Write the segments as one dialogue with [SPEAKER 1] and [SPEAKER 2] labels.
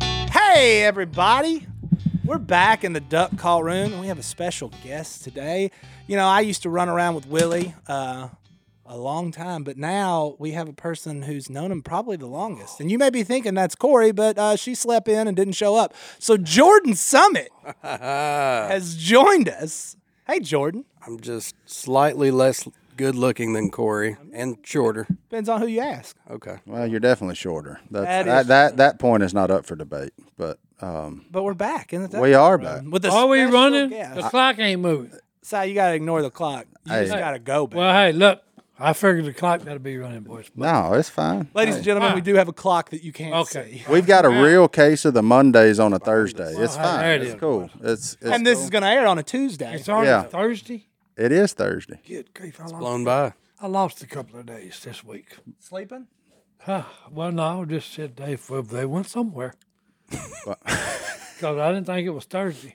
[SPEAKER 1] Hey, everybody. We're back in the duck call room, and we have a special guest today. You know, I used to run around with Willie uh, a long time, but now we have a person who's known him probably the longest. And you may be thinking that's Corey, but uh, she slept in and didn't show up. So Jordan Summit has joined us. Hey, Jordan.
[SPEAKER 2] I'm just slightly less good looking than Corey and shorter.
[SPEAKER 1] Depends on who you ask.
[SPEAKER 2] Okay.
[SPEAKER 3] Well, you're definitely shorter. That's,
[SPEAKER 1] That
[SPEAKER 3] that,
[SPEAKER 1] is-
[SPEAKER 3] that, that point is not up for debate, but um,
[SPEAKER 1] But we're back in the duck
[SPEAKER 3] We
[SPEAKER 1] call
[SPEAKER 3] are
[SPEAKER 1] room
[SPEAKER 3] back.
[SPEAKER 1] With a
[SPEAKER 4] Are we
[SPEAKER 1] special
[SPEAKER 4] running?
[SPEAKER 1] guest.
[SPEAKER 4] The clock ain't moving.
[SPEAKER 1] Si, you gotta ignore the clock. You
[SPEAKER 3] Hey.
[SPEAKER 1] just gotta go back.
[SPEAKER 4] Well, hey, look, I figured the clock got to be running, boys.
[SPEAKER 3] no, it's fine.
[SPEAKER 1] Ladies and gentlemen,
[SPEAKER 4] Ah.
[SPEAKER 1] we do have a clock that you can't
[SPEAKER 4] Okay.
[SPEAKER 1] see.
[SPEAKER 3] We've got a real case of the Mondays on a Thursday. It's
[SPEAKER 4] Well, there
[SPEAKER 3] fine.
[SPEAKER 4] it
[SPEAKER 3] It's
[SPEAKER 4] is.
[SPEAKER 3] cool. It's, it's
[SPEAKER 1] And this
[SPEAKER 3] cool.
[SPEAKER 1] is gonna air on a Tuesday.
[SPEAKER 4] It's already
[SPEAKER 3] Yeah.
[SPEAKER 4] Thursday.
[SPEAKER 3] it is Thursday.
[SPEAKER 4] Good grief, I lost,
[SPEAKER 2] Blown by.
[SPEAKER 4] I lost a couple of days this week.
[SPEAKER 1] Sleeping?
[SPEAKER 4] Huh. Well, no, I just said they they went somewhere. Because I didn't think it was Thursday.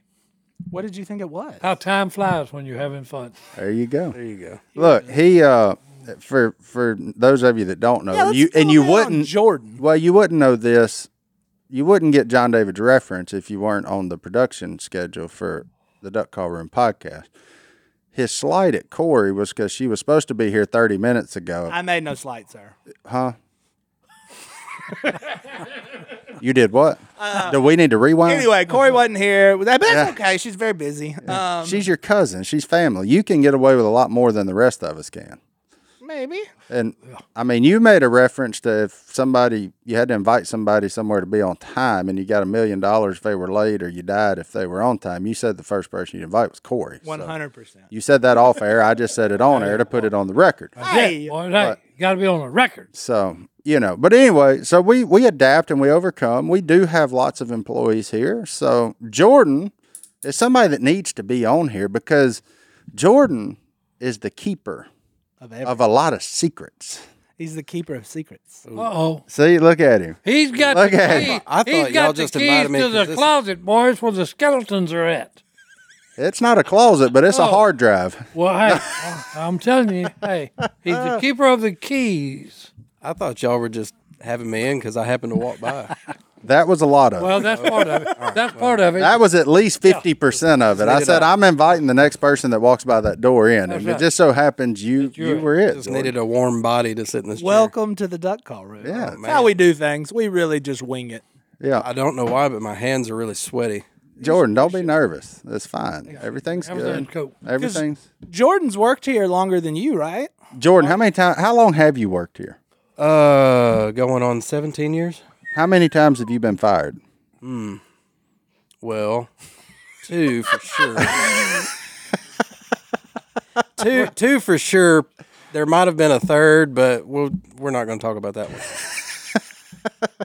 [SPEAKER 1] What did you think it was?
[SPEAKER 4] How time flies when you're having fun.
[SPEAKER 3] There you go.
[SPEAKER 2] There you go.
[SPEAKER 3] Look, he uh, for for those of you that don't know,
[SPEAKER 1] Yeah, let's
[SPEAKER 3] Oh, you
[SPEAKER 1] slow
[SPEAKER 3] and you
[SPEAKER 1] down,
[SPEAKER 3] wouldn't
[SPEAKER 1] Jordan.
[SPEAKER 3] well, you wouldn't know this. You wouldn't get John David's reference if you weren't on the production schedule for the Duck Call Room podcast. His slide at Corey was because she was supposed to be here 30 minutes ago.
[SPEAKER 1] I made no slight, sir.
[SPEAKER 3] Huh? you did what? Do we need to rewind?
[SPEAKER 1] Uh, Anyway, Corey wasn't here. But that's
[SPEAKER 3] Yeah.
[SPEAKER 1] okay. She's very busy. Um,
[SPEAKER 3] She's your cousin. She's family. You can get away with a lot more than the rest of us can.
[SPEAKER 1] maybe.
[SPEAKER 3] And I mean, you made a reference to if somebody, you had to invite somebody somewhere to be on time and you got a million dollars if they were late or you died if they were on time. You said the first person you invite was Corey. so-
[SPEAKER 1] One hundred percent.
[SPEAKER 3] You said that off air. I just said it on air to put it on the record.
[SPEAKER 1] Hey,
[SPEAKER 4] Boy, hey, got to be on the record.
[SPEAKER 3] So, you know, but anyway, so we we adapt and we overcome. We do have lots of employees here. So, Jordan is somebody that needs to be on here because Jordan is the keeper
[SPEAKER 1] of
[SPEAKER 3] of
[SPEAKER 1] every-
[SPEAKER 3] a lot of secrets.
[SPEAKER 1] he's the keeper of secrets.
[SPEAKER 4] Uh oh.
[SPEAKER 3] See, look at him.
[SPEAKER 4] He's got
[SPEAKER 3] Look
[SPEAKER 4] the
[SPEAKER 3] at
[SPEAKER 4] key.
[SPEAKER 3] him.
[SPEAKER 2] I thought
[SPEAKER 4] He's
[SPEAKER 2] y'all
[SPEAKER 4] got
[SPEAKER 2] just
[SPEAKER 4] the
[SPEAKER 2] invited
[SPEAKER 4] keys
[SPEAKER 2] me
[SPEAKER 4] to
[SPEAKER 2] 'cause
[SPEAKER 4] the
[SPEAKER 2] this is-
[SPEAKER 4] closet, boys, where the skeletons are at.
[SPEAKER 3] It's not a closet, but
[SPEAKER 2] Oh.
[SPEAKER 3] it's a hard drive.
[SPEAKER 4] Well, hey, I- I'm telling you, hey, he's the keeper of the keys.
[SPEAKER 2] I thought y'all were just having me in because I happened to walk by.
[SPEAKER 3] That was a lot of. it.
[SPEAKER 4] Well, that's part of it. That's part of it.
[SPEAKER 3] that was at least 50% of it. I
[SPEAKER 2] Needed
[SPEAKER 3] said,
[SPEAKER 2] a-
[SPEAKER 3] I'm inviting the next person that walks by that door in. And
[SPEAKER 4] right.
[SPEAKER 3] it just so happens you
[SPEAKER 4] you're
[SPEAKER 3] you were it.
[SPEAKER 2] just
[SPEAKER 3] Jordan.
[SPEAKER 2] needed a warm body to sit in this chair.
[SPEAKER 1] Welcome to the duck call room.
[SPEAKER 3] Yeah.
[SPEAKER 1] That's how we do things. We really just wing it.
[SPEAKER 3] yeah.
[SPEAKER 2] I don't know why, but my hands are really sweaty.
[SPEAKER 3] Jordan, don't be nervous. That's fine. Everything's
[SPEAKER 4] Everything's
[SPEAKER 3] good.
[SPEAKER 4] cool.
[SPEAKER 3] Everything's.
[SPEAKER 1] Jordan's worked here longer than you, right?
[SPEAKER 3] Jordan, how many times? How long have you worked here?
[SPEAKER 2] Uh, going on 17 years?
[SPEAKER 3] How many times have you been fired?
[SPEAKER 2] Oh. Well, two for sure. two, two for sure. There might have been a third, but we'll, we're not going to talk about that one.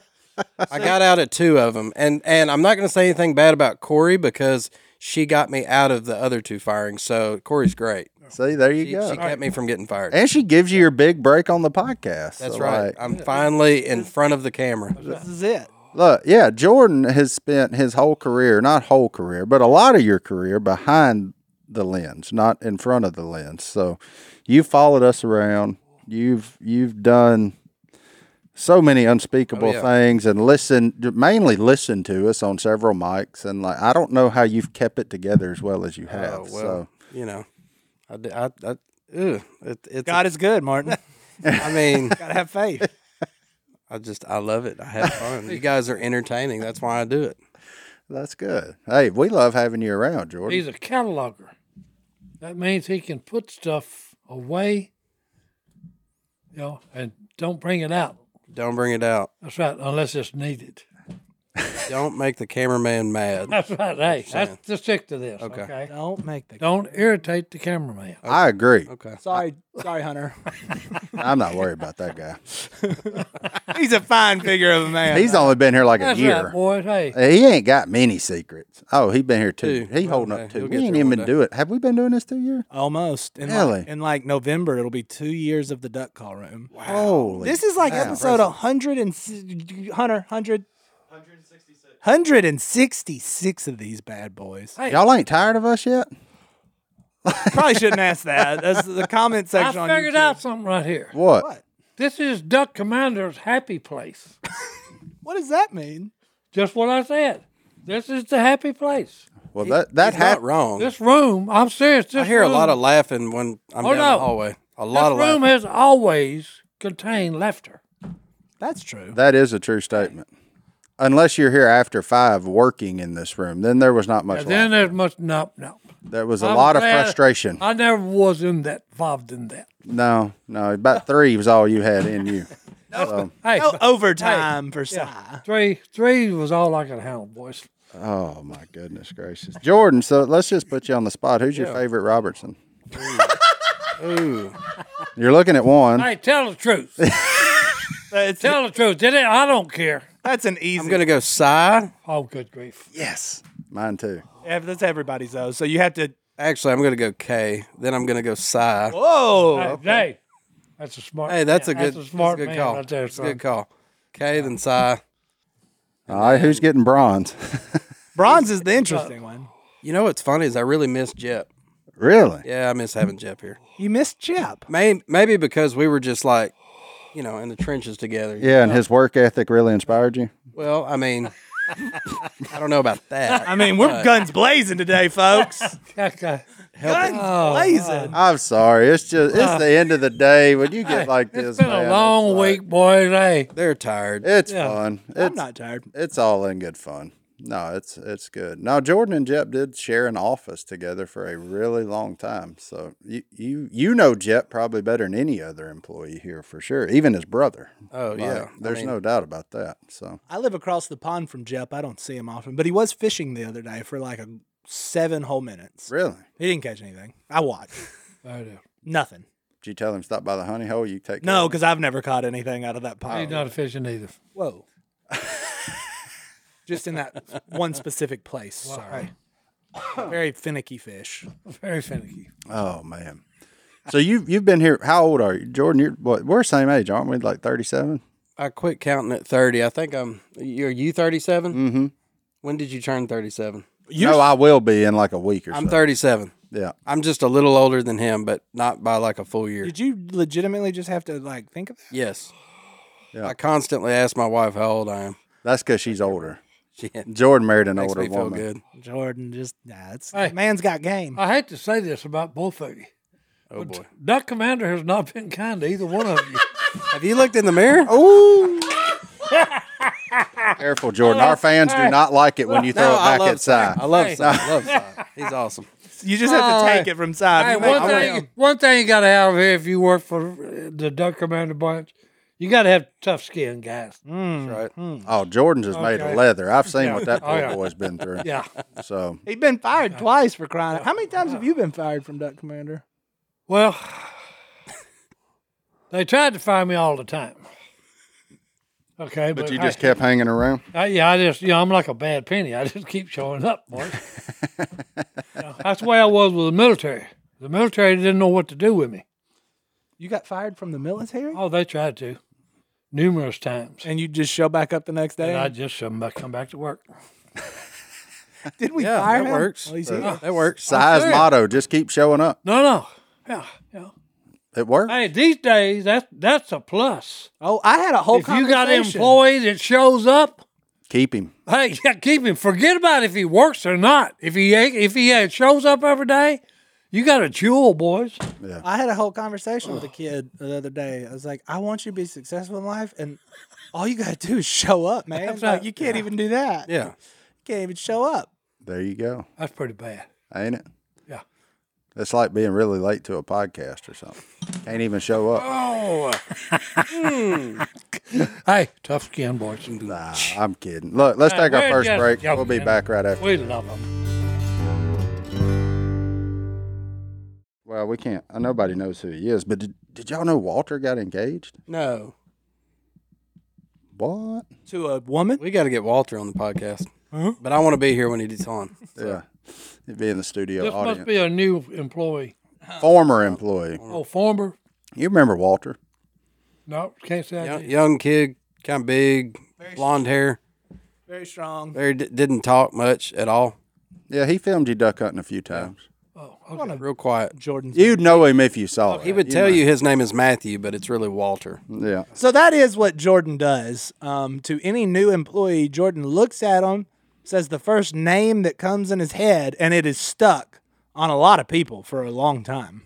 [SPEAKER 2] I got out at two of them, and and I'm not going to say anything bad about Corey because she got me out of the other two firings. So Corey's great.
[SPEAKER 3] See, there you
[SPEAKER 2] She,
[SPEAKER 3] go.
[SPEAKER 2] she kept me from getting fired.
[SPEAKER 3] and she gives you your big break on the podcast.
[SPEAKER 2] That's
[SPEAKER 3] So,
[SPEAKER 2] right.
[SPEAKER 3] like,
[SPEAKER 2] I'm finally in front of the camera.
[SPEAKER 1] This is it.
[SPEAKER 3] look, yeah, Jordan has spent his whole career, not whole career, but a lot of your career behind the lens, not in front of the lens. So you followed us around. You've you've done so many unspeakable
[SPEAKER 2] Oh, yeah.
[SPEAKER 3] things and listened mainly listened to us on several mics and like I don't know how you've kept it together as well as you have.
[SPEAKER 2] Oh,
[SPEAKER 3] so
[SPEAKER 2] well, you know, I, d- I, I- ugh, it, it's,
[SPEAKER 1] God is good, Martin.
[SPEAKER 2] I mean,
[SPEAKER 1] Gotta have faith.
[SPEAKER 2] I just, I love it. I have fun. you guys are entertaining. That's why I do it.
[SPEAKER 3] That's good. Hey, we love having you around, Jordan.
[SPEAKER 4] He's a cataloger. That means he can put stuff away, you know, and don't bring it out.
[SPEAKER 2] Don't bring it out.
[SPEAKER 4] That's right, unless it's needed.
[SPEAKER 2] Don't make the cameraman mad.
[SPEAKER 4] That's right. Hey, that's the stick to this.
[SPEAKER 2] Okay.
[SPEAKER 4] Okay.
[SPEAKER 1] Don't make the
[SPEAKER 4] Don't irritate the cameraman.
[SPEAKER 3] I agree.
[SPEAKER 2] Okay.
[SPEAKER 1] Sorry, sorry, Hunter.
[SPEAKER 3] I'm not worried about that guy.
[SPEAKER 1] He's a fine figure of a man.
[SPEAKER 3] He's only been here like
[SPEAKER 4] That's
[SPEAKER 3] a year.
[SPEAKER 4] right, boys. Hey,
[SPEAKER 3] Uh, He ain't got many secrets. Oh, he been here two.
[SPEAKER 2] Two.
[SPEAKER 3] He holding
[SPEAKER 2] Okay,
[SPEAKER 3] up two.
[SPEAKER 2] he'll
[SPEAKER 3] We
[SPEAKER 2] get
[SPEAKER 3] ain't
[SPEAKER 2] there
[SPEAKER 3] even
[SPEAKER 2] one
[SPEAKER 3] been
[SPEAKER 2] day.
[SPEAKER 3] do it. Have we been doing this two years?
[SPEAKER 1] Almost. In
[SPEAKER 3] Really?
[SPEAKER 1] Like, in like November, it'll be two years of the duck call room.
[SPEAKER 3] Holy!
[SPEAKER 1] This is like episode 100 and, s- Hunter, 100. 166 of these bad boys.
[SPEAKER 4] hey,
[SPEAKER 3] y'all ain't tired of us yet?
[SPEAKER 1] Probably shouldn't ask that. That's the comment
[SPEAKER 4] I
[SPEAKER 1] section on
[SPEAKER 4] figured
[SPEAKER 1] YouTube.
[SPEAKER 4] out something right here.
[SPEAKER 3] What?
[SPEAKER 1] What?
[SPEAKER 4] This is Duck Commander's happy place.
[SPEAKER 1] What does that mean?
[SPEAKER 4] Just what I said. This is the happy place.
[SPEAKER 3] Well, that that
[SPEAKER 2] He's not
[SPEAKER 3] hap-
[SPEAKER 2] wrong.
[SPEAKER 4] This room, I'm serious. This
[SPEAKER 2] I hear a
[SPEAKER 4] room,
[SPEAKER 2] lot of laughing when I'm
[SPEAKER 4] Oh,
[SPEAKER 2] down
[SPEAKER 4] no.
[SPEAKER 2] the hallway. A
[SPEAKER 4] this
[SPEAKER 2] lot of
[SPEAKER 4] room
[SPEAKER 2] laughing.
[SPEAKER 4] has always contained laughter.
[SPEAKER 1] That's true.
[SPEAKER 3] That is a true statement. Unless you're here after five working in this room, then there was not much.
[SPEAKER 4] And then
[SPEAKER 3] laugh.
[SPEAKER 4] there's much no no.
[SPEAKER 3] there was a
[SPEAKER 4] I'm
[SPEAKER 3] lot
[SPEAKER 4] glad
[SPEAKER 3] of frustration.
[SPEAKER 4] I never was in that involved in that.
[SPEAKER 3] no, no, about three was all you had in you.
[SPEAKER 4] Hey,
[SPEAKER 1] No Oh, overtime for Si.
[SPEAKER 4] three three was all I could handle, boys.
[SPEAKER 3] Oh my goodness gracious, Jordan. So let's just put you on the spot. Who's your favorite Robertson?
[SPEAKER 2] Ooh.
[SPEAKER 3] You're looking at one.
[SPEAKER 4] Hey, tell the truth.
[SPEAKER 1] That's,
[SPEAKER 4] tell the truth. Did it? I don't care.
[SPEAKER 1] that's an easy.
[SPEAKER 2] I'm gonna go sigh.
[SPEAKER 4] Oh, good grief.
[SPEAKER 1] yes.
[SPEAKER 3] Mine too.
[SPEAKER 1] Ev- That's everybody's though. So you have to.
[SPEAKER 2] Actually, I'm gonna go K. Then I'm gonna go sigh.
[SPEAKER 1] Whoa.
[SPEAKER 4] Hey, hey, that's a smart.
[SPEAKER 2] Oh, Hey, that's a
[SPEAKER 4] man.
[SPEAKER 2] good,
[SPEAKER 4] That's a
[SPEAKER 2] that's a
[SPEAKER 4] smart
[SPEAKER 2] good
[SPEAKER 4] man
[SPEAKER 2] call.
[SPEAKER 4] right there,
[SPEAKER 2] that's a
[SPEAKER 4] son.
[SPEAKER 2] good call. K then sigh.
[SPEAKER 3] All right, who's getting bronze?
[SPEAKER 1] Bronze is the interesting
[SPEAKER 4] Uh,
[SPEAKER 1] one.
[SPEAKER 2] You know what's funny is I really miss Jep.
[SPEAKER 3] really?
[SPEAKER 2] Yeah, I miss having Jep here.
[SPEAKER 1] You missed Chip.
[SPEAKER 2] Maybe, maybe because we were just like, you know, in the trenches together.
[SPEAKER 3] Yeah, and his work ethic really inspired you.
[SPEAKER 2] Well, I mean, I don't know about that.
[SPEAKER 1] I mean,
[SPEAKER 4] Uh,
[SPEAKER 1] we're guns blazing today, folks.
[SPEAKER 4] Okay.
[SPEAKER 1] guns blazing.
[SPEAKER 3] I'm sorry. It's just it's the end of the day. When you get like this,
[SPEAKER 4] It's been
[SPEAKER 3] man,
[SPEAKER 4] a long
[SPEAKER 3] it's like-
[SPEAKER 4] week, boys. Hey,
[SPEAKER 2] They're tired.
[SPEAKER 3] It's
[SPEAKER 4] Yeah.
[SPEAKER 3] fun.
[SPEAKER 1] I'm
[SPEAKER 3] It's
[SPEAKER 1] not tired.
[SPEAKER 3] it's all in good fun. No, it's it's good. Now Jordan and Jep did share an office together for a really long time. So you you you know Jep probably better than any other employee here for sure. Even his brother.
[SPEAKER 2] Oh
[SPEAKER 3] Like,
[SPEAKER 2] yeah,
[SPEAKER 3] there's no doubt about that. So
[SPEAKER 1] I live across the pond from Jep. I don't see him often, but he was fishing the other day for like a seven whole minutes.
[SPEAKER 3] really,
[SPEAKER 1] He didn't catch anything. I watched.
[SPEAKER 4] I do.
[SPEAKER 1] Nothing.
[SPEAKER 3] did you tell him stop by the honey hole? You take
[SPEAKER 1] No, because I've never caught anything out of that
[SPEAKER 4] I
[SPEAKER 1] pond.
[SPEAKER 4] ain't not a fishing either.
[SPEAKER 1] Whoa. Just in that one specific place. Sorry. Very finicky fish.
[SPEAKER 4] Very finicky.
[SPEAKER 3] Oh man. So you you've been here. How old are you, Jordan? You're what? We're same age, aren't we? Like thirty seven.
[SPEAKER 2] I quit counting at thirty. I think I'm. You're you thirty
[SPEAKER 3] Mm.
[SPEAKER 2] Mm-hmm. When did you turn thirty-seven?
[SPEAKER 1] You're
[SPEAKER 3] No, I will be in like a week or
[SPEAKER 2] I'm
[SPEAKER 3] so.
[SPEAKER 2] thirty-seven.
[SPEAKER 3] yeah.
[SPEAKER 2] I'm just a little older than him, but not by like a full year.
[SPEAKER 1] Did you legitimately just have to like think of that?
[SPEAKER 2] Yes.
[SPEAKER 3] Yeah.
[SPEAKER 2] I constantly ask my wife how old I am.
[SPEAKER 3] That's because she's older.
[SPEAKER 2] She makes
[SPEAKER 3] Jordan married an older
[SPEAKER 2] me feel
[SPEAKER 3] woman.
[SPEAKER 2] good.
[SPEAKER 1] Jordan just nah, it's
[SPEAKER 4] Hey. Uh,
[SPEAKER 1] man's got game.
[SPEAKER 4] I hate to say this about both of you.
[SPEAKER 2] Oh boy.
[SPEAKER 4] Duck Commander has not been kind to either one of you.
[SPEAKER 2] Have you looked in the mirror?
[SPEAKER 3] Ooh. Careful, Jordan. Our fans do not like it when you throw
[SPEAKER 2] Oh, No,
[SPEAKER 3] it
[SPEAKER 2] I
[SPEAKER 3] back
[SPEAKER 2] love
[SPEAKER 3] at
[SPEAKER 2] Cy. I
[SPEAKER 3] side.
[SPEAKER 2] love Si. I love Si. He's awesome.
[SPEAKER 1] You just have
[SPEAKER 4] Oh,
[SPEAKER 1] to
[SPEAKER 4] hey.
[SPEAKER 1] take it from side.
[SPEAKER 4] Hey,
[SPEAKER 1] You make-
[SPEAKER 4] one
[SPEAKER 2] I
[SPEAKER 4] thing,
[SPEAKER 2] will.
[SPEAKER 4] one thing you got to have here if you work for uh, the Duck Commander branch, you got to have tough skin, guys.
[SPEAKER 2] That's right.
[SPEAKER 1] Mm-hmm.
[SPEAKER 3] Oh, Jordan's is made
[SPEAKER 4] Okay.
[SPEAKER 3] of leather. I've seen what that
[SPEAKER 4] Oh,
[SPEAKER 3] poor
[SPEAKER 4] yeah.
[SPEAKER 3] boy's been through.
[SPEAKER 4] Yeah.
[SPEAKER 3] So
[SPEAKER 1] He's been fired twice for crying. out- How many times have you been fired from Duck Commander?
[SPEAKER 4] Well, they tried to fire me all the time. Okay, but,
[SPEAKER 3] But you
[SPEAKER 4] I-
[SPEAKER 3] just kept hanging around?
[SPEAKER 4] I, yeah, I just, you know, I'm like a bad penny. I just keep showing up, boys. You know, that's the way I was with the military. The military didn't know what to do with me.
[SPEAKER 1] You got fired from the military?
[SPEAKER 4] Oh, they tried to numerous times.
[SPEAKER 1] And you just show back up the next day?
[SPEAKER 4] And I just come back, come back to work.
[SPEAKER 1] Did we
[SPEAKER 2] Yeah,
[SPEAKER 1] fire
[SPEAKER 2] that
[SPEAKER 1] him?
[SPEAKER 2] works.
[SPEAKER 1] Well, he's here.
[SPEAKER 2] That works.
[SPEAKER 3] Size
[SPEAKER 4] serious.
[SPEAKER 3] motto, just keep showing up.
[SPEAKER 4] No, no. Yeah, yeah.
[SPEAKER 3] It worked.
[SPEAKER 4] Hey, these days, that's, that's a plus.
[SPEAKER 1] Oh, I had a whole
[SPEAKER 4] If you got an
[SPEAKER 1] conversation.
[SPEAKER 4] employee that shows up,
[SPEAKER 3] Keep him.
[SPEAKER 4] Hey, yeah, keep him. Forget about if he works or not. If he ain't- if he uh, shows up every day, you got a jewel, boys.
[SPEAKER 1] I had a whole conversation with a kid the other day. I was like, I want you to be successful in life, and all you gotta do is show up, man. It's like
[SPEAKER 4] right.
[SPEAKER 1] you can't even do that.
[SPEAKER 2] Yeah.
[SPEAKER 1] You can't even show up.
[SPEAKER 3] There you go.
[SPEAKER 4] That's pretty bad.
[SPEAKER 3] Ain't it?
[SPEAKER 4] Yeah.
[SPEAKER 3] It's like being really late to a podcast or something. Can't even show up.
[SPEAKER 4] Oh. hey, tough skin, boys.
[SPEAKER 3] Nah, I'm kidding. Look, let's
[SPEAKER 4] Hey,
[SPEAKER 3] take our
[SPEAKER 4] we're
[SPEAKER 3] first
[SPEAKER 4] just
[SPEAKER 3] break. We'll
[SPEAKER 4] joking,
[SPEAKER 3] be
[SPEAKER 4] man.
[SPEAKER 3] back right after.
[SPEAKER 4] We love them.
[SPEAKER 3] Well, we can't. uh, Nobody knows who he is. But did, did y'all know Walter got engaged?
[SPEAKER 2] No.
[SPEAKER 3] What?
[SPEAKER 1] To a woman?
[SPEAKER 2] We got to get Walter on the podcast. But I want to be here when he's on.
[SPEAKER 3] Yeah. He'd be in the studio
[SPEAKER 4] This
[SPEAKER 3] audience.
[SPEAKER 4] must be a new employee.
[SPEAKER 3] Former employee.
[SPEAKER 4] Oh, former?
[SPEAKER 3] You remember Walter?
[SPEAKER 4] No, can't say I
[SPEAKER 2] Young,
[SPEAKER 4] did.
[SPEAKER 2] young kid, kind of big, blonde hair.
[SPEAKER 1] Very strong.
[SPEAKER 2] Very d- didn't talk much at all.
[SPEAKER 3] Yeah, he filmed you duck hunting a few times.
[SPEAKER 4] Oh, okay.
[SPEAKER 2] Real quiet.
[SPEAKER 1] Jordan's.
[SPEAKER 3] You'd know him if you saw
[SPEAKER 4] Oh,
[SPEAKER 3] it.
[SPEAKER 2] He would tell you his name is Matthew, but it's really Walter.
[SPEAKER 4] Mm.
[SPEAKER 3] Yeah.
[SPEAKER 1] So that is what Jordan does. Um, to any new employee, Jordan looks at him, says the first name that comes in his head, and it is stuck on a lot of people for a long time.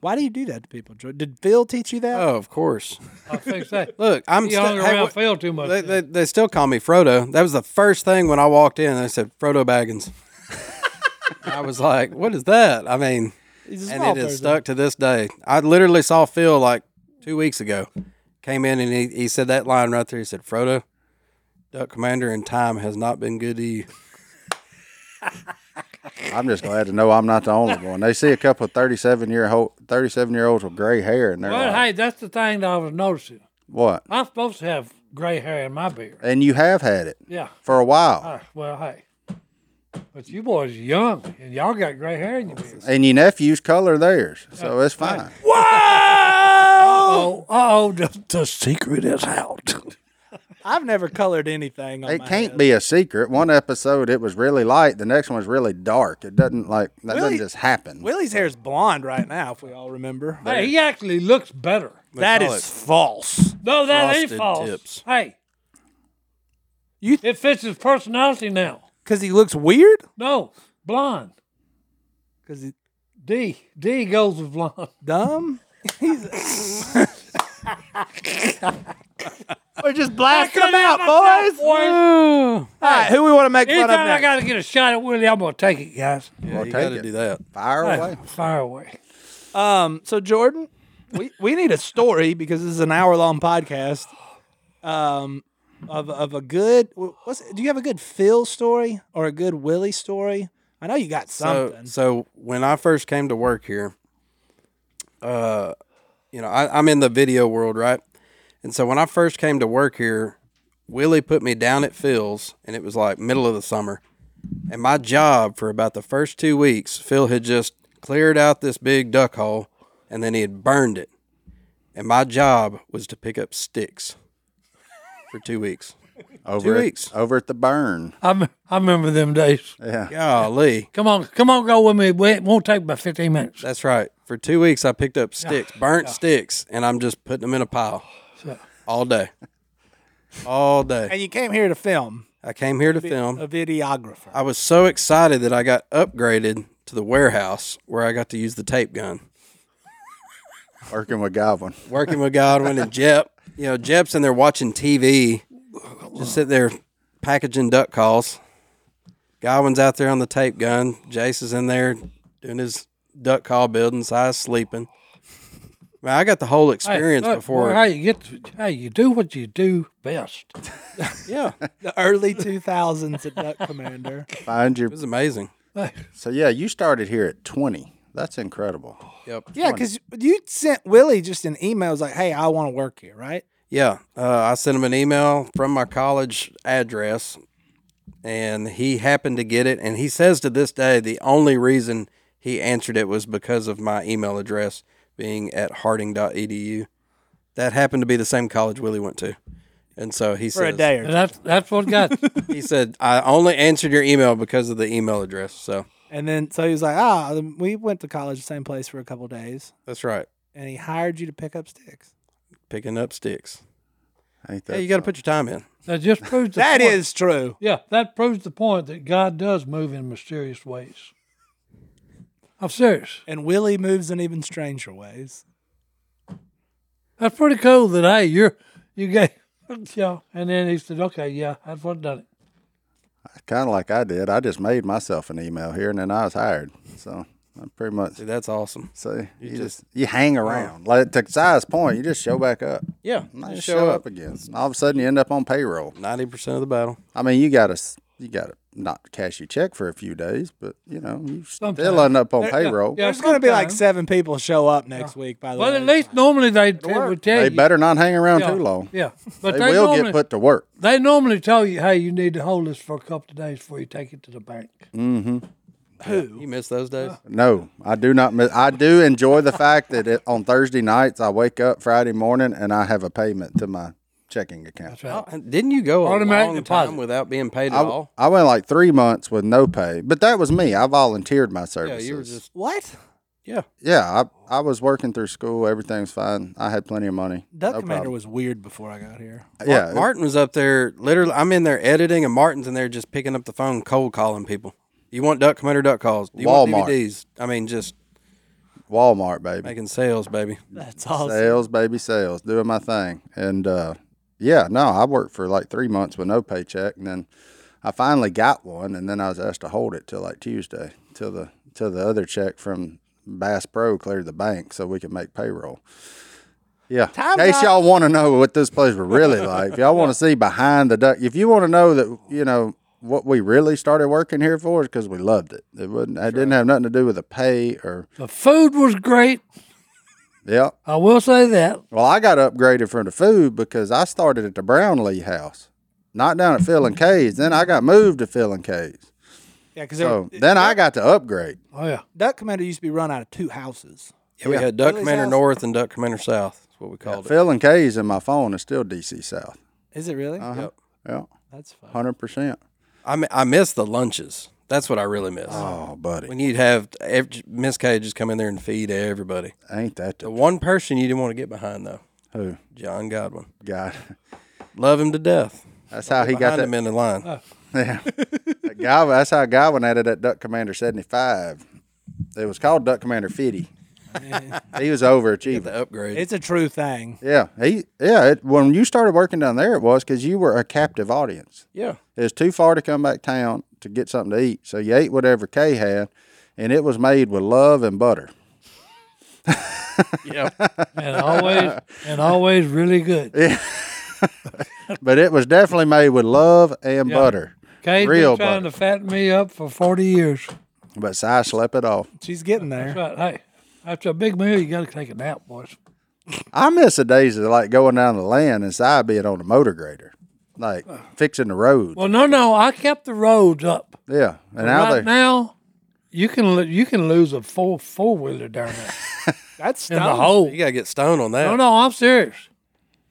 [SPEAKER 1] Why do you do that to people? Jordan? Did Phil teach you that?
[SPEAKER 2] Oh, of course.
[SPEAKER 4] I think that.
[SPEAKER 2] Look, I'm
[SPEAKER 4] He
[SPEAKER 2] still-
[SPEAKER 4] hung
[SPEAKER 2] hey,
[SPEAKER 4] around
[SPEAKER 2] what-
[SPEAKER 4] Phil too much.
[SPEAKER 2] They, they, they still call me Frodo. That was the first thing when I walked in. They said Frodo Baggins. I was like, "What is that?" I mean,
[SPEAKER 1] He's a
[SPEAKER 2] and
[SPEAKER 1] small
[SPEAKER 2] it is
[SPEAKER 1] person.
[SPEAKER 2] stuck to this day. I literally saw Phil like two weeks ago. Came in and he, he said that line right there. He said, "Frodo, Duck Commander, and time has not been good to you."
[SPEAKER 3] I'm just glad to know I'm not the only one. They see a couple of 37 year old 37 year olds with gray hair and they're
[SPEAKER 4] well,
[SPEAKER 3] like,
[SPEAKER 4] hey, that's the thing that I was noticing.
[SPEAKER 3] what?
[SPEAKER 4] I'm supposed to have gray hair in my beard.
[SPEAKER 3] And you have had it
[SPEAKER 4] Yeah.
[SPEAKER 3] for a while.
[SPEAKER 4] Uh, well, hey. But you boys young, and y'all got gray hair in your beard.
[SPEAKER 3] And your nephews color theirs. So it's fine.
[SPEAKER 4] Oh, oh, the, the secret is out.
[SPEAKER 1] I've never colored anything. On
[SPEAKER 3] It
[SPEAKER 1] my
[SPEAKER 3] can't
[SPEAKER 1] head.
[SPEAKER 3] be a secret. One episode it was really light, the next one's really dark. It doesn't like that
[SPEAKER 1] Really?
[SPEAKER 3] doesn't just happen.
[SPEAKER 1] Willie's hair is blonde right now, if we all remember.
[SPEAKER 4] hey, he actually looks better.
[SPEAKER 1] that
[SPEAKER 2] call
[SPEAKER 1] is
[SPEAKER 2] it
[SPEAKER 1] false.
[SPEAKER 4] No, that ain't
[SPEAKER 2] Frosted
[SPEAKER 4] false.
[SPEAKER 2] tips.
[SPEAKER 4] Hey,
[SPEAKER 1] You
[SPEAKER 4] it fits his personality now.
[SPEAKER 1] because he looks weird.
[SPEAKER 4] No, blonde.
[SPEAKER 1] Because he's
[SPEAKER 4] D D goes with blonde.
[SPEAKER 1] dumb. He's. We're just blasting him out, boys. All
[SPEAKER 2] Oh,
[SPEAKER 1] right, who we want to make fun of
[SPEAKER 4] Anytime I
[SPEAKER 1] next?
[SPEAKER 4] got to get a shot at Willie, I'm gonna take it, guys.
[SPEAKER 2] yeah,
[SPEAKER 3] Well,
[SPEAKER 2] you
[SPEAKER 3] take
[SPEAKER 2] got to
[SPEAKER 3] it.
[SPEAKER 2] do that.
[SPEAKER 3] Fire away.
[SPEAKER 4] Fire away.
[SPEAKER 1] Um, so Jordan, we, we need a story because this is an hour long podcast. Um, of of a good what's do you have a good Phil story or a good Willie story? I know you got
[SPEAKER 2] So,
[SPEAKER 1] something.
[SPEAKER 2] so when I first came to work here, uh, you know, I, I'm in the video world, right? And so when I first came to work here, Willie put me down at Phil's, and it was like middle of the summer. And my job for about the first two weeks, Phil had just cleared out this big duck hole, and then he had burned it. And my job was to pick up sticks for two weeks.
[SPEAKER 3] Over at,
[SPEAKER 2] weeks.
[SPEAKER 3] over at the burn.
[SPEAKER 4] I, m- I remember them days.
[SPEAKER 3] Yeah.
[SPEAKER 2] Golly.
[SPEAKER 4] Come on, come on, go with me. We- It won't take about 15 minutes.
[SPEAKER 2] That's right. For two weeks, I picked up sticks, burnt sticks, and I'm just putting them in a pile
[SPEAKER 4] So,
[SPEAKER 2] all day. All day.
[SPEAKER 1] and you came here to film
[SPEAKER 2] I came here to film.
[SPEAKER 4] Uh,
[SPEAKER 1] a videographer.
[SPEAKER 2] I was so excited that I got upgraded to the warehouse where I got to use the tape gun.
[SPEAKER 3] Working with Godwin.
[SPEAKER 2] Working with Godwin and Jep. You know, Jep's in there watching TV, just sit there packaging duck calls. Godwin's out there on the tape gun. Jace is in there doing his duck call building, so I was sleeping. Man, I got the whole
[SPEAKER 4] hey,
[SPEAKER 2] experience
[SPEAKER 4] look,
[SPEAKER 2] before.
[SPEAKER 4] boy, How you get? to- Hey, you do what you do best.
[SPEAKER 2] Yeah.
[SPEAKER 1] The early two thousands at Duck Commander.
[SPEAKER 3] Find your
[SPEAKER 2] It was amazing.
[SPEAKER 4] Hey,
[SPEAKER 3] So yeah, you started here at 20. That's incredible.
[SPEAKER 2] Yep.
[SPEAKER 1] Yeah, because you sent Willie just an email. was like, "Hey, I want to work here." Right?
[SPEAKER 2] Yeah. Uh, I sent him an email from my college address, and he happened to get it. And he says to this day, the only reason he answered it was because of my email address being at harding.edu. That happened to be the same college Willie went to. And so he
[SPEAKER 1] For a
[SPEAKER 2] says,
[SPEAKER 1] day or
[SPEAKER 4] and
[SPEAKER 1] two.
[SPEAKER 4] that's that's what got.
[SPEAKER 2] he said, I only answered your email because of the email address. So
[SPEAKER 1] And then so he was like, "Ah, then we went to college the same place for a couple days."
[SPEAKER 2] that's right.
[SPEAKER 1] And he hired you to pick up sticks.
[SPEAKER 2] Picking up sticks.
[SPEAKER 3] Ain't
[SPEAKER 2] Yeah,
[SPEAKER 3] that
[SPEAKER 2] you got to put your time in.
[SPEAKER 4] That just proves the
[SPEAKER 1] That
[SPEAKER 4] point.
[SPEAKER 1] is true.
[SPEAKER 4] Yeah, that proves the point that God does move in mysterious ways. I'm serious.
[SPEAKER 1] And Willie moves in even stranger ways.
[SPEAKER 4] That's pretty cool that hey, you're you gave yeah. And then he said, Okay, yeah, that's what done it.
[SPEAKER 3] kind of like I did. I just made myself an email here, and then I was hired. So I'm pretty much
[SPEAKER 2] Dude, that's awesome.
[SPEAKER 3] so you, just, you hang around. Like to Si's point, you just show back up.
[SPEAKER 2] Yeah.
[SPEAKER 3] And they
[SPEAKER 2] Just
[SPEAKER 3] just show, up. again. And all of a sudden, you end up on payroll.
[SPEAKER 2] 90% of the battle.
[SPEAKER 3] I mean, you gotta s- you gotta not cash your check for a few days, but you know you
[SPEAKER 4] Sometimes.
[SPEAKER 3] still end up on payroll.
[SPEAKER 4] Yeah,
[SPEAKER 1] There's going to be like
[SPEAKER 4] sometime.
[SPEAKER 1] seven people show up next week, by the
[SPEAKER 4] Oh. Well
[SPEAKER 1] way.
[SPEAKER 4] at least normally they t- would tell
[SPEAKER 3] They
[SPEAKER 4] you
[SPEAKER 3] better not hang around
[SPEAKER 4] yeah,
[SPEAKER 3] too long.
[SPEAKER 4] Yeah. But
[SPEAKER 3] They,
[SPEAKER 4] they,
[SPEAKER 3] will
[SPEAKER 4] normally,
[SPEAKER 3] get put to work.
[SPEAKER 4] they normally tell you, Hey, you need to hold this for a couple of days before you take it to the bank.
[SPEAKER 3] Mm.
[SPEAKER 2] You miss those days?
[SPEAKER 3] No, I do not. Miss, I do enjoy the fact that it, on Thursday nights I wake up Friday morning and I have a payment to my checking account.
[SPEAKER 4] That's right.
[SPEAKER 2] Oh, Didn't you go a
[SPEAKER 4] Uh, Automatic
[SPEAKER 2] long
[SPEAKER 4] deposit.
[SPEAKER 2] time without being paid at
[SPEAKER 3] I,
[SPEAKER 2] all?
[SPEAKER 3] I went like three months with no pay, but that was me. I volunteered my
[SPEAKER 2] Yeah,
[SPEAKER 3] services.
[SPEAKER 2] you were just
[SPEAKER 1] What?
[SPEAKER 2] yeah.
[SPEAKER 3] Yeah, I, I was working through school. Everything's fine. I had plenty of money.
[SPEAKER 1] Duck
[SPEAKER 3] No
[SPEAKER 1] Commander
[SPEAKER 3] problem.
[SPEAKER 1] was weird before I got here.
[SPEAKER 2] Yeah,
[SPEAKER 3] Yeah,
[SPEAKER 2] Martin was up there. Literally, I'm in there editing, and Martin's in there just picking up the phone, cold calling people. You want duck commander duck calls? Do you
[SPEAKER 3] Walmart.
[SPEAKER 2] want DVDs? I mean, just
[SPEAKER 3] Walmart, baby.
[SPEAKER 2] making sales, baby.
[SPEAKER 1] That's awesome.
[SPEAKER 3] Sales, baby, sales. Doing my thing. And uh, yeah, no, I worked for like three months with no paycheck, and then I finally got one, and then I was asked to hold it till like Tuesday, till the till the other check from Bass Pro cleared the bank, so we could make payroll. Yeah.
[SPEAKER 1] Time
[SPEAKER 3] in case
[SPEAKER 1] out.
[SPEAKER 3] y'all want to know what this place was really like, if y'all want to see behind the duck, if you want to know that, you know, what we really started working here for is because we loved it. It wouldn't, it didn't have nothing to do with the pay or,
[SPEAKER 4] The food was great.
[SPEAKER 3] yeah.
[SPEAKER 4] I will say that.
[SPEAKER 3] Well, I got upgraded from the food because I started at the Brownlee house, not down at Phil and K's. Then I got moved to Phil and K's.
[SPEAKER 1] Yeah, because
[SPEAKER 3] So then I got to upgrade.
[SPEAKER 4] Oh yeah.
[SPEAKER 1] Duck Commander used to be run out of two houses.
[SPEAKER 2] Yeah, we had duck
[SPEAKER 1] Billy's
[SPEAKER 2] commander
[SPEAKER 1] house.
[SPEAKER 2] north and duck commander south. That's what we called it.
[SPEAKER 3] Phil and K's in my phone is still DC South.
[SPEAKER 1] Is it really?
[SPEAKER 3] Uh-huh.
[SPEAKER 2] Yep.
[SPEAKER 3] Yeah,
[SPEAKER 1] That's fun.
[SPEAKER 3] hundred percent.
[SPEAKER 2] I mi- I miss the lunches. That's what I really miss.
[SPEAKER 3] Oh, buddy,
[SPEAKER 2] When you'd have ev- Miss K just come in there and feed everybody.
[SPEAKER 3] ain't that
[SPEAKER 2] The
[SPEAKER 3] the
[SPEAKER 2] one person you didn't want to get behind though,
[SPEAKER 3] who
[SPEAKER 2] John Godwin.
[SPEAKER 3] God?
[SPEAKER 2] Love him to death.
[SPEAKER 3] That's how he got
[SPEAKER 2] Behind
[SPEAKER 3] that.
[SPEAKER 2] him in the
[SPEAKER 4] Oh,
[SPEAKER 2] line.
[SPEAKER 3] Yeah, That guy. That's how Godwin added that Duck Commander seventy five. It was called Duck Commander Fifty. he was overachiever.
[SPEAKER 2] the upgrade.
[SPEAKER 1] It's a true thing.
[SPEAKER 3] Yeah, he. Yeah, it, when you started working down there, it was because you were a captive audience.
[SPEAKER 2] yeah.
[SPEAKER 3] It was too far to come back town to get something to eat. So you ate whatever Kay had, and it was made with love and butter.
[SPEAKER 2] Yeah.
[SPEAKER 4] And always and always really good.
[SPEAKER 3] But it was definitely made with love and
[SPEAKER 4] Yeah.
[SPEAKER 3] butter.
[SPEAKER 4] Kate
[SPEAKER 3] Real
[SPEAKER 4] been trying
[SPEAKER 3] butter.
[SPEAKER 4] to fatten me up for forty years.
[SPEAKER 3] But Si slept it off.
[SPEAKER 1] She's getting there.
[SPEAKER 4] That's right. Hey, after a big meal, you got to take a nap, boys.
[SPEAKER 3] I miss the days of like going down the land and Si being on a motor grader, like fixing the roads.
[SPEAKER 4] Well, no, no, I kept the roads up.
[SPEAKER 3] yeah, and now
[SPEAKER 4] right
[SPEAKER 3] they
[SPEAKER 4] now, you can lo- you can lose a full four wheeler down there
[SPEAKER 1] That's
[SPEAKER 4] in the
[SPEAKER 1] stoned.
[SPEAKER 4] hole.
[SPEAKER 2] You gotta get stoned on that.
[SPEAKER 4] No, no, I'm serious.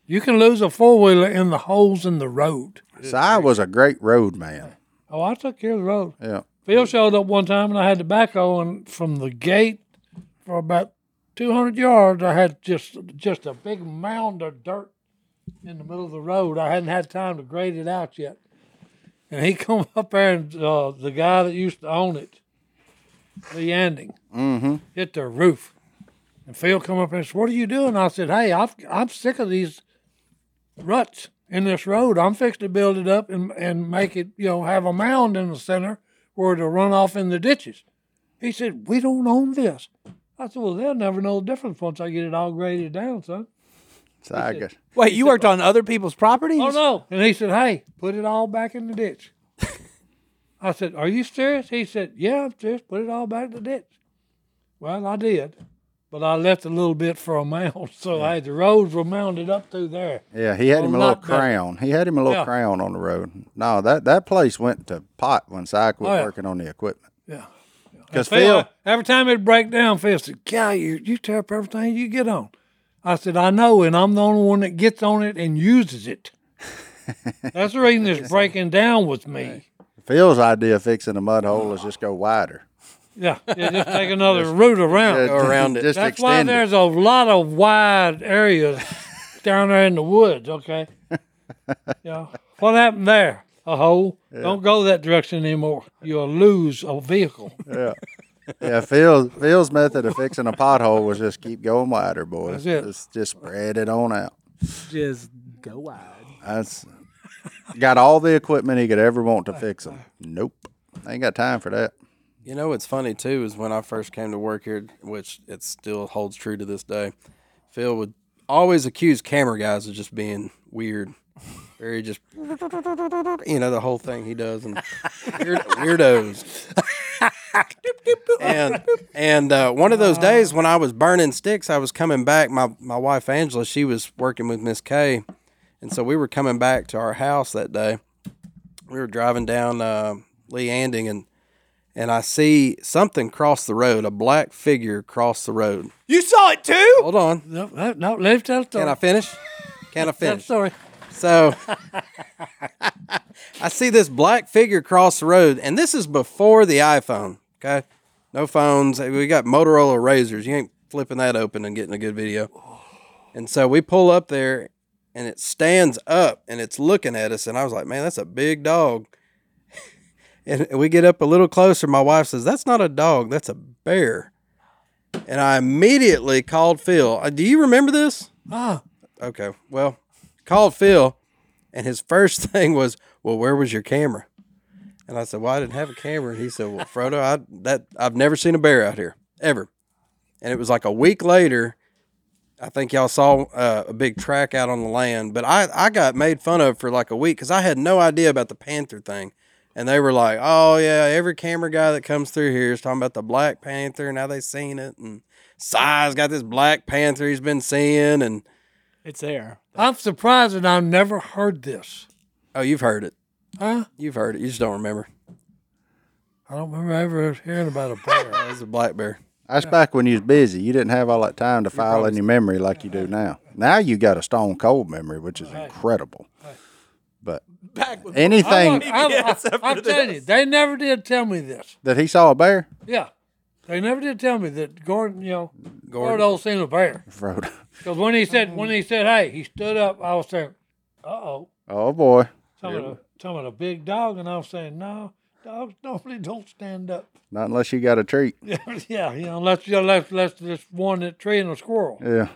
[SPEAKER 4] You can lose a four wheeler in the holes in the road.
[SPEAKER 3] Si was a great road man.
[SPEAKER 4] Oh, I took care of the road.
[SPEAKER 3] Yeah,
[SPEAKER 4] Phil showed up one time and I had the backhoe, and from the gate for about 200 yards, I had just just a big mound of dirt in the middle of the road. I hadn't had time to grade it out yet, and he come up there and uh, the guy that used to own it, Lee Anding, hit the roof, and Phil come up and said, "What are you doing?" I said, "Hey, I've, I'm sick of these ruts." In this road, I'm fixing to build it up and, and make it, you know, have a mound in the center where it'll run off in the ditches. He said, We don't own this. I said, Well, they'll never know the difference once I get it all graded down, son.
[SPEAKER 3] Si got-
[SPEAKER 1] Wait, you worked on other people's properties?
[SPEAKER 4] Oh, no. And he said, Hey, put it all back in the ditch. I said, Are you serious? He said, Yeah, I'm serious. Put it all back in the ditch. Well, I did. But I left a little bit for a mound, so I had the roads were mounded up through there.
[SPEAKER 3] Yeah, he had
[SPEAKER 4] Well,
[SPEAKER 3] him a little
[SPEAKER 4] not that-
[SPEAKER 3] crown. He had him a little
[SPEAKER 4] Yeah.
[SPEAKER 3] crown on the road. No, that, that place went to pot when Si quit
[SPEAKER 4] Oh, yeah.
[SPEAKER 3] working on the equipment.
[SPEAKER 4] Yeah.
[SPEAKER 3] Because
[SPEAKER 4] Phil,
[SPEAKER 3] Phil,
[SPEAKER 4] every time it'd break down, Phil said, God, you, you tear up everything you get on. I said, I know, and I'm the only one that gets on it and uses it. That's the reason it's breaking down with me.
[SPEAKER 3] Phil's idea of fixing a mud hole is just go wider.
[SPEAKER 4] Yeah, yeah just take another route around.
[SPEAKER 2] Go around it.
[SPEAKER 3] Just
[SPEAKER 4] That's why
[SPEAKER 3] extend it.
[SPEAKER 4] there's a lot of wide areas down there in the woods, okay? Yeah. What happened there? A hole. Don't go that direction anymore. You'll lose a vehicle.
[SPEAKER 3] Yeah, Phil, Phil's method of fixing a pothole was just keep going wider, boys.
[SPEAKER 4] That's it.
[SPEAKER 3] Just, just spread it on out.
[SPEAKER 1] Just go wild.
[SPEAKER 3] That's got all the equipment he could ever want to fix them. Nope, ain't got time for that.
[SPEAKER 2] You know what's funny too is when I first came to work here, which it still holds true to this day. Phil would always accuse camera guys of just being weird, very just you know the whole thing he does and weird, weirdos. and and uh, one of those days when I was burning sticks, I was coming back. My my wife Angela, she was working with Miss K, and so we were coming back to our house that day. We were driving down uh, Lee Anding and and I see something cross the road, a black figure cross the road.
[SPEAKER 1] You saw it too?
[SPEAKER 2] Hold on.
[SPEAKER 4] no, no, no, leave that story.
[SPEAKER 2] Can I finish? Can I
[SPEAKER 4] that
[SPEAKER 2] finish?
[SPEAKER 4] story.
[SPEAKER 2] So I see this black figure cross the road, and this is before the iPhone. Okay. No phones. We got Motorola razors. You ain't flipping that open and getting a good video. And so we pull up there and it stands up and it's looking at us. And I was like, man, that's a big dog. and we get up a little closer. My wife says, that's not a dog, that's a bear. And I immediately called Phil. Uh, Do you remember this?
[SPEAKER 4] Ah,
[SPEAKER 2] Okay. Well, called Phil, and his first thing was, "Well, where was your camera?" And I said, "Well, I didn't have a camera." And he said, "Well, Frodo, I that I've never seen a bear out here ever." And it was like a week later. I think y'all saw uh, a big track out on the land, but I, I got made fun of for like a week because I had no idea about the panther thing. And they were like, oh, yeah, every camera guy that comes through here is talking about the Black Panther and how they seen it. And Sai's got this Black Panther he's been seeing. And
[SPEAKER 1] It's there.
[SPEAKER 4] I'm surprised that I've never heard this.
[SPEAKER 2] Oh, you've heard it.
[SPEAKER 4] Huh?
[SPEAKER 2] You've heard it. You just don't remember.
[SPEAKER 4] I don't remember ever hearing about a bear.
[SPEAKER 2] It's a black bear.
[SPEAKER 3] That's back when you was busy. You didn't have all that time to file in your memory like you do now. Now you got a stone cold memory, which is incredible. But
[SPEAKER 1] Back with
[SPEAKER 3] anything
[SPEAKER 4] I'm, I'm,
[SPEAKER 1] Yes, after
[SPEAKER 4] I'm telling you,
[SPEAKER 1] this.
[SPEAKER 4] they never did tell me this.
[SPEAKER 3] that he saw a bear,
[SPEAKER 4] Yeah. They never did tell me that Gordon, you know, Gordon, seen a bear.
[SPEAKER 3] Frodo.
[SPEAKER 4] Because when he said, when he said, hey, he stood up, I was saying, uh oh,
[SPEAKER 3] Oh boy.
[SPEAKER 4] talking about a- talking about a big dog. And I was saying, no, dogs normally don't stand up.
[SPEAKER 3] Not unless you got a treat.
[SPEAKER 4] yeah, you know, unless, you unless, unless there's one that tree and a squirrel.
[SPEAKER 3] Yeah.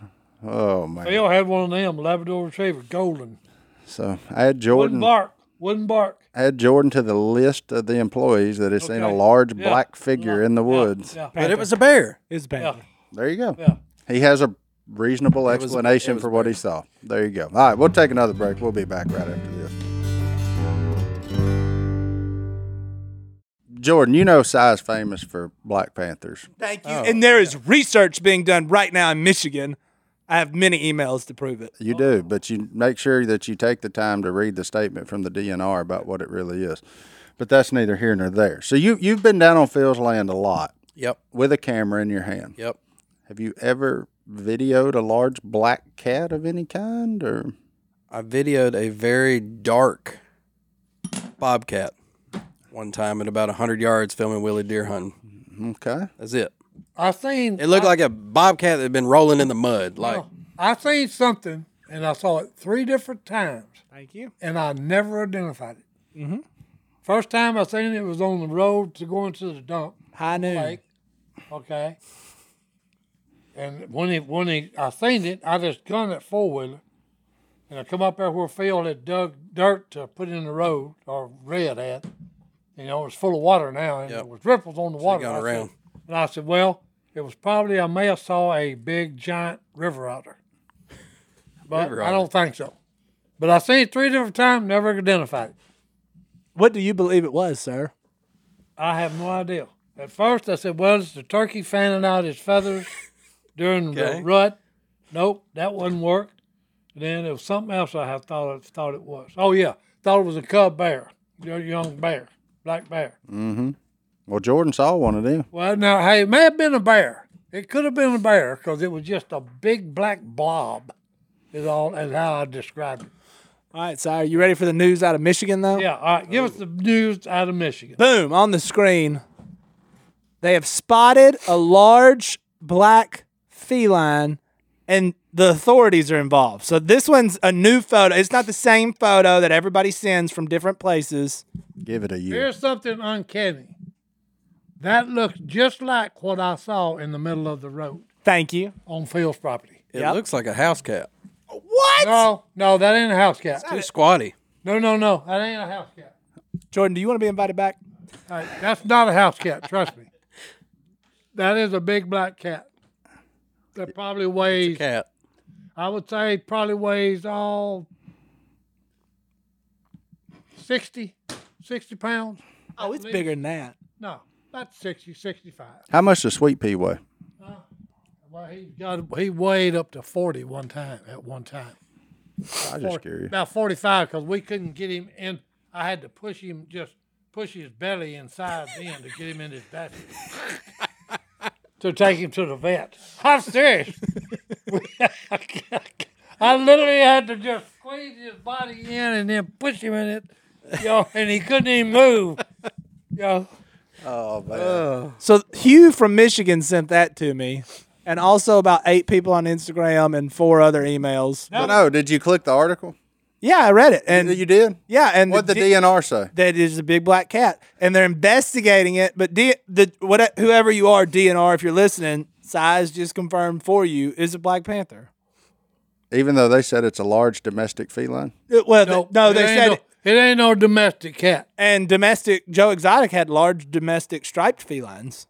[SPEAKER 3] Oh man.
[SPEAKER 4] Phil had one of them, Labrador Retriever, golden.
[SPEAKER 3] So add
[SPEAKER 4] Wouldn't
[SPEAKER 3] Jordan
[SPEAKER 4] bark, wouldn't bark.
[SPEAKER 3] add Jordan to the list of the employees that has seen a
[SPEAKER 4] Okay.
[SPEAKER 3] large
[SPEAKER 4] Yeah.
[SPEAKER 3] black figure in the
[SPEAKER 4] Yeah,
[SPEAKER 3] woods.
[SPEAKER 4] Yeah,
[SPEAKER 1] oh,
[SPEAKER 2] But it was a bear.
[SPEAKER 1] It's
[SPEAKER 4] yeah,
[SPEAKER 1] Panther.
[SPEAKER 3] There you go.
[SPEAKER 4] yeah.
[SPEAKER 3] He has a reasonable
[SPEAKER 2] was-
[SPEAKER 3] explanation
[SPEAKER 2] it was
[SPEAKER 3] for what he saw. There you go. All right, we'll take another break. We'll be back right after this. Jordan, you know Sai's famous for Black Panthers.
[SPEAKER 1] Thank you. and there is research being done right now in Michigan. I have many emails to prove it.
[SPEAKER 3] You
[SPEAKER 4] Oh,
[SPEAKER 3] do, but you make sure that you take the time to read the statement from the DNR about what it really is. But that's neither here nor there. So you you've been down on Phil's land a lot
[SPEAKER 2] Yep.
[SPEAKER 3] with a camera in your hand.
[SPEAKER 2] Yep.
[SPEAKER 3] Have you ever videoed a large black cat of any kind or
[SPEAKER 2] I videoed a very dark bobcat one time at about 100 yards filming Willie deer hunting.
[SPEAKER 3] okay?
[SPEAKER 2] That's it.
[SPEAKER 4] I seen
[SPEAKER 2] It looked like a bobcat that had been rolling in the mud. Like,
[SPEAKER 1] Oh,
[SPEAKER 4] I seen something, and I saw it three different times,
[SPEAKER 1] Thank you.
[SPEAKER 4] and I never identified it. Mm-hmm. First time I seen it was on the road to going to the dump
[SPEAKER 1] High noon.
[SPEAKER 4] lake, okay. And when he when he I seen it, I just gunned it four wheeler, and I come up there where Phil had dug dirt to put in the road or red at, you know, it was full of water now, and
[SPEAKER 2] Yep.
[SPEAKER 4] it was ripples on the water.
[SPEAKER 2] gone
[SPEAKER 4] I said-
[SPEAKER 2] around.
[SPEAKER 4] and I said, well, it was probably I may have saw a big giant river otter, but
[SPEAKER 2] River
[SPEAKER 4] I don't think so. But I seen it three different times, never identified it.
[SPEAKER 1] What do you believe it was, sir?
[SPEAKER 4] I have no idea. At first, I said, well, it's the turkey fanning out his feathers during
[SPEAKER 2] Okay.
[SPEAKER 4] the rut. Nope, that wouldn't work. And then it was something else I had thought it, thought it was. Oh, yeah, thought it was a cub bear, a young bear, black bear.
[SPEAKER 3] Well, Jordan saw one of them.
[SPEAKER 4] Well, now, hey, it may have been a bear. It could have been a bear because it was just a big black blob, is all is how I described it.
[SPEAKER 1] All right, sir. You ready for the news out of Michigan, though?
[SPEAKER 4] Yeah, all right, give us the news out of Michigan.
[SPEAKER 1] Boom, on the screen. They have spotted a large black feline, and the authorities are involved. So this one's a new photo. It's not the same photo that everybody sends from different places.
[SPEAKER 3] Give it a year.
[SPEAKER 4] Here's something uncanny. That looks just like what I saw in the middle of the road
[SPEAKER 1] Thank you.
[SPEAKER 4] on Phil's property.
[SPEAKER 2] it
[SPEAKER 1] Yep.
[SPEAKER 2] looks like a house cat.
[SPEAKER 1] What?
[SPEAKER 4] No, no, that ain't a house cat.
[SPEAKER 2] Too squatty.
[SPEAKER 4] No, no, no, that ain't a house cat.
[SPEAKER 1] Jordan, do you want to be invited back?
[SPEAKER 4] All right, that's not a house cat. Trust me. That is a big black cat. That probably weighs.
[SPEAKER 2] Cat.
[SPEAKER 4] I would say probably weighs all 60, 60 pounds.
[SPEAKER 1] Oh, it's bigger than that.
[SPEAKER 4] No, about 60, 65.
[SPEAKER 3] How much does Sweet Pea weigh?
[SPEAKER 4] Well, he got he weighed up to 40 one time at one time.
[SPEAKER 3] I just curious.
[SPEAKER 4] About 45 because we couldn't get him in. I had to push him, just push his belly inside then to get him in his basket. to take him to the vet. I'm serious. I literally had to just squeeze squeeze his body in and then push him in it, yo, and he couldn't even move. Yo,
[SPEAKER 3] Oh man.
[SPEAKER 1] So Hugh from Michigan sent that to me, and also about eight people on Instagram and four other emails.
[SPEAKER 3] But no, did you click the article?
[SPEAKER 1] Yeah, I read it, and
[SPEAKER 3] You did.
[SPEAKER 1] yeah, and
[SPEAKER 3] What the
[SPEAKER 1] D-
[SPEAKER 3] DNR say?
[SPEAKER 1] that is a big black cat, and they're investigating it. But D, the what whoever you are, DNR, if you're listening, size just confirmed for you is a black panther.
[SPEAKER 3] Even though they said it's a large domestic feline.
[SPEAKER 1] It- Uh, well, th- no, they
[SPEAKER 4] it ain't
[SPEAKER 1] said, it.
[SPEAKER 4] no, it ain't no domestic cat.
[SPEAKER 1] and domestic Joe Exotic had large domestic striped felines.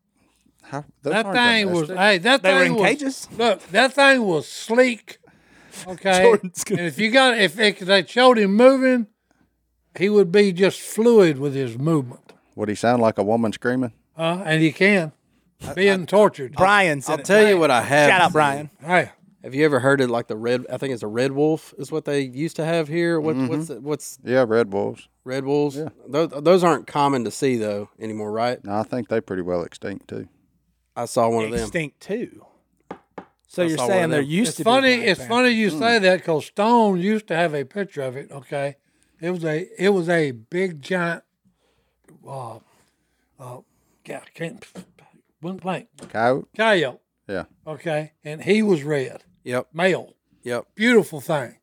[SPEAKER 3] How, those
[SPEAKER 4] That
[SPEAKER 3] aren't
[SPEAKER 4] thing was
[SPEAKER 3] domestic.
[SPEAKER 4] hey, that
[SPEAKER 1] They
[SPEAKER 4] thing
[SPEAKER 1] were in
[SPEAKER 4] was,
[SPEAKER 1] cages.
[SPEAKER 4] Look, that thing was sleek. Okay,
[SPEAKER 1] Jordan's gonna-
[SPEAKER 4] and if you got if, if they showed him moving, he would be just fluid with his movement,
[SPEAKER 3] Would he sound like a woman screaming?
[SPEAKER 4] huh? And he can being tortured.
[SPEAKER 1] Brian said,
[SPEAKER 2] I'll
[SPEAKER 1] it.
[SPEAKER 2] tell you what I have.
[SPEAKER 1] Shout out
[SPEAKER 2] seen.
[SPEAKER 1] Brian.
[SPEAKER 4] Hey,
[SPEAKER 2] Have you ever heard of like the red? I think it's a red wolf is what they used to have here. What, What's the, what's
[SPEAKER 3] Yeah, red wolves.
[SPEAKER 2] red wolves? Those, those aren't common to see though anymore, right?
[SPEAKER 3] No, I think they pretty well extinct too.
[SPEAKER 2] I saw one of them.
[SPEAKER 1] Extinct too. So
[SPEAKER 2] I
[SPEAKER 1] you're
[SPEAKER 2] saw one
[SPEAKER 1] saying
[SPEAKER 2] of
[SPEAKER 1] there
[SPEAKER 2] them.
[SPEAKER 1] used
[SPEAKER 4] it's
[SPEAKER 1] to
[SPEAKER 4] funny.
[SPEAKER 1] be?
[SPEAKER 4] It's funny you say that because Stone used to have a picture of it. Okay, it was a it was a big giant. Uh, uh, yeah, I can't one plank
[SPEAKER 3] Coyote.
[SPEAKER 4] coyote.
[SPEAKER 3] Yeah.
[SPEAKER 4] Okay, and he was red
[SPEAKER 2] Yep,
[SPEAKER 4] male.
[SPEAKER 2] yep.
[SPEAKER 4] Beautiful thing.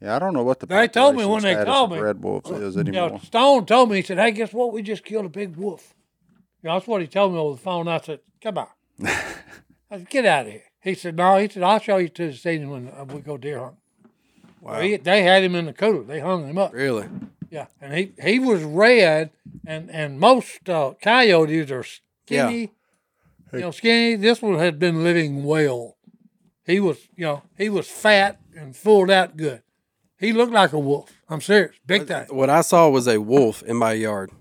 [SPEAKER 3] Yeah, I don't know what the
[SPEAKER 4] They told me
[SPEAKER 3] population
[SPEAKER 4] when they
[SPEAKER 3] status
[SPEAKER 4] called
[SPEAKER 3] of
[SPEAKER 4] me.
[SPEAKER 3] red wolves is
[SPEAKER 4] You know,
[SPEAKER 3] anymore.
[SPEAKER 4] Stone told me, he said, Hey, guess what? We just killed a big wolf. You know, that's what he told me over the phone. I said, Come on. I said, Get out of here. He said, No, he said, I'll show you to the scene when uh, we go deer hunting. Wow. they had him in the cooler. They hung him up.
[SPEAKER 2] Really?
[SPEAKER 4] Yeah. And he, he was red, and, and most uh, coyotes are
[SPEAKER 2] Yeah.
[SPEAKER 4] skinny. You know, skinny. This one had been living well. He was, you know, he was fat and fooled out good. He looked like a wolf. I'm serious. Big time.
[SPEAKER 2] What I saw was a wolf in my yard.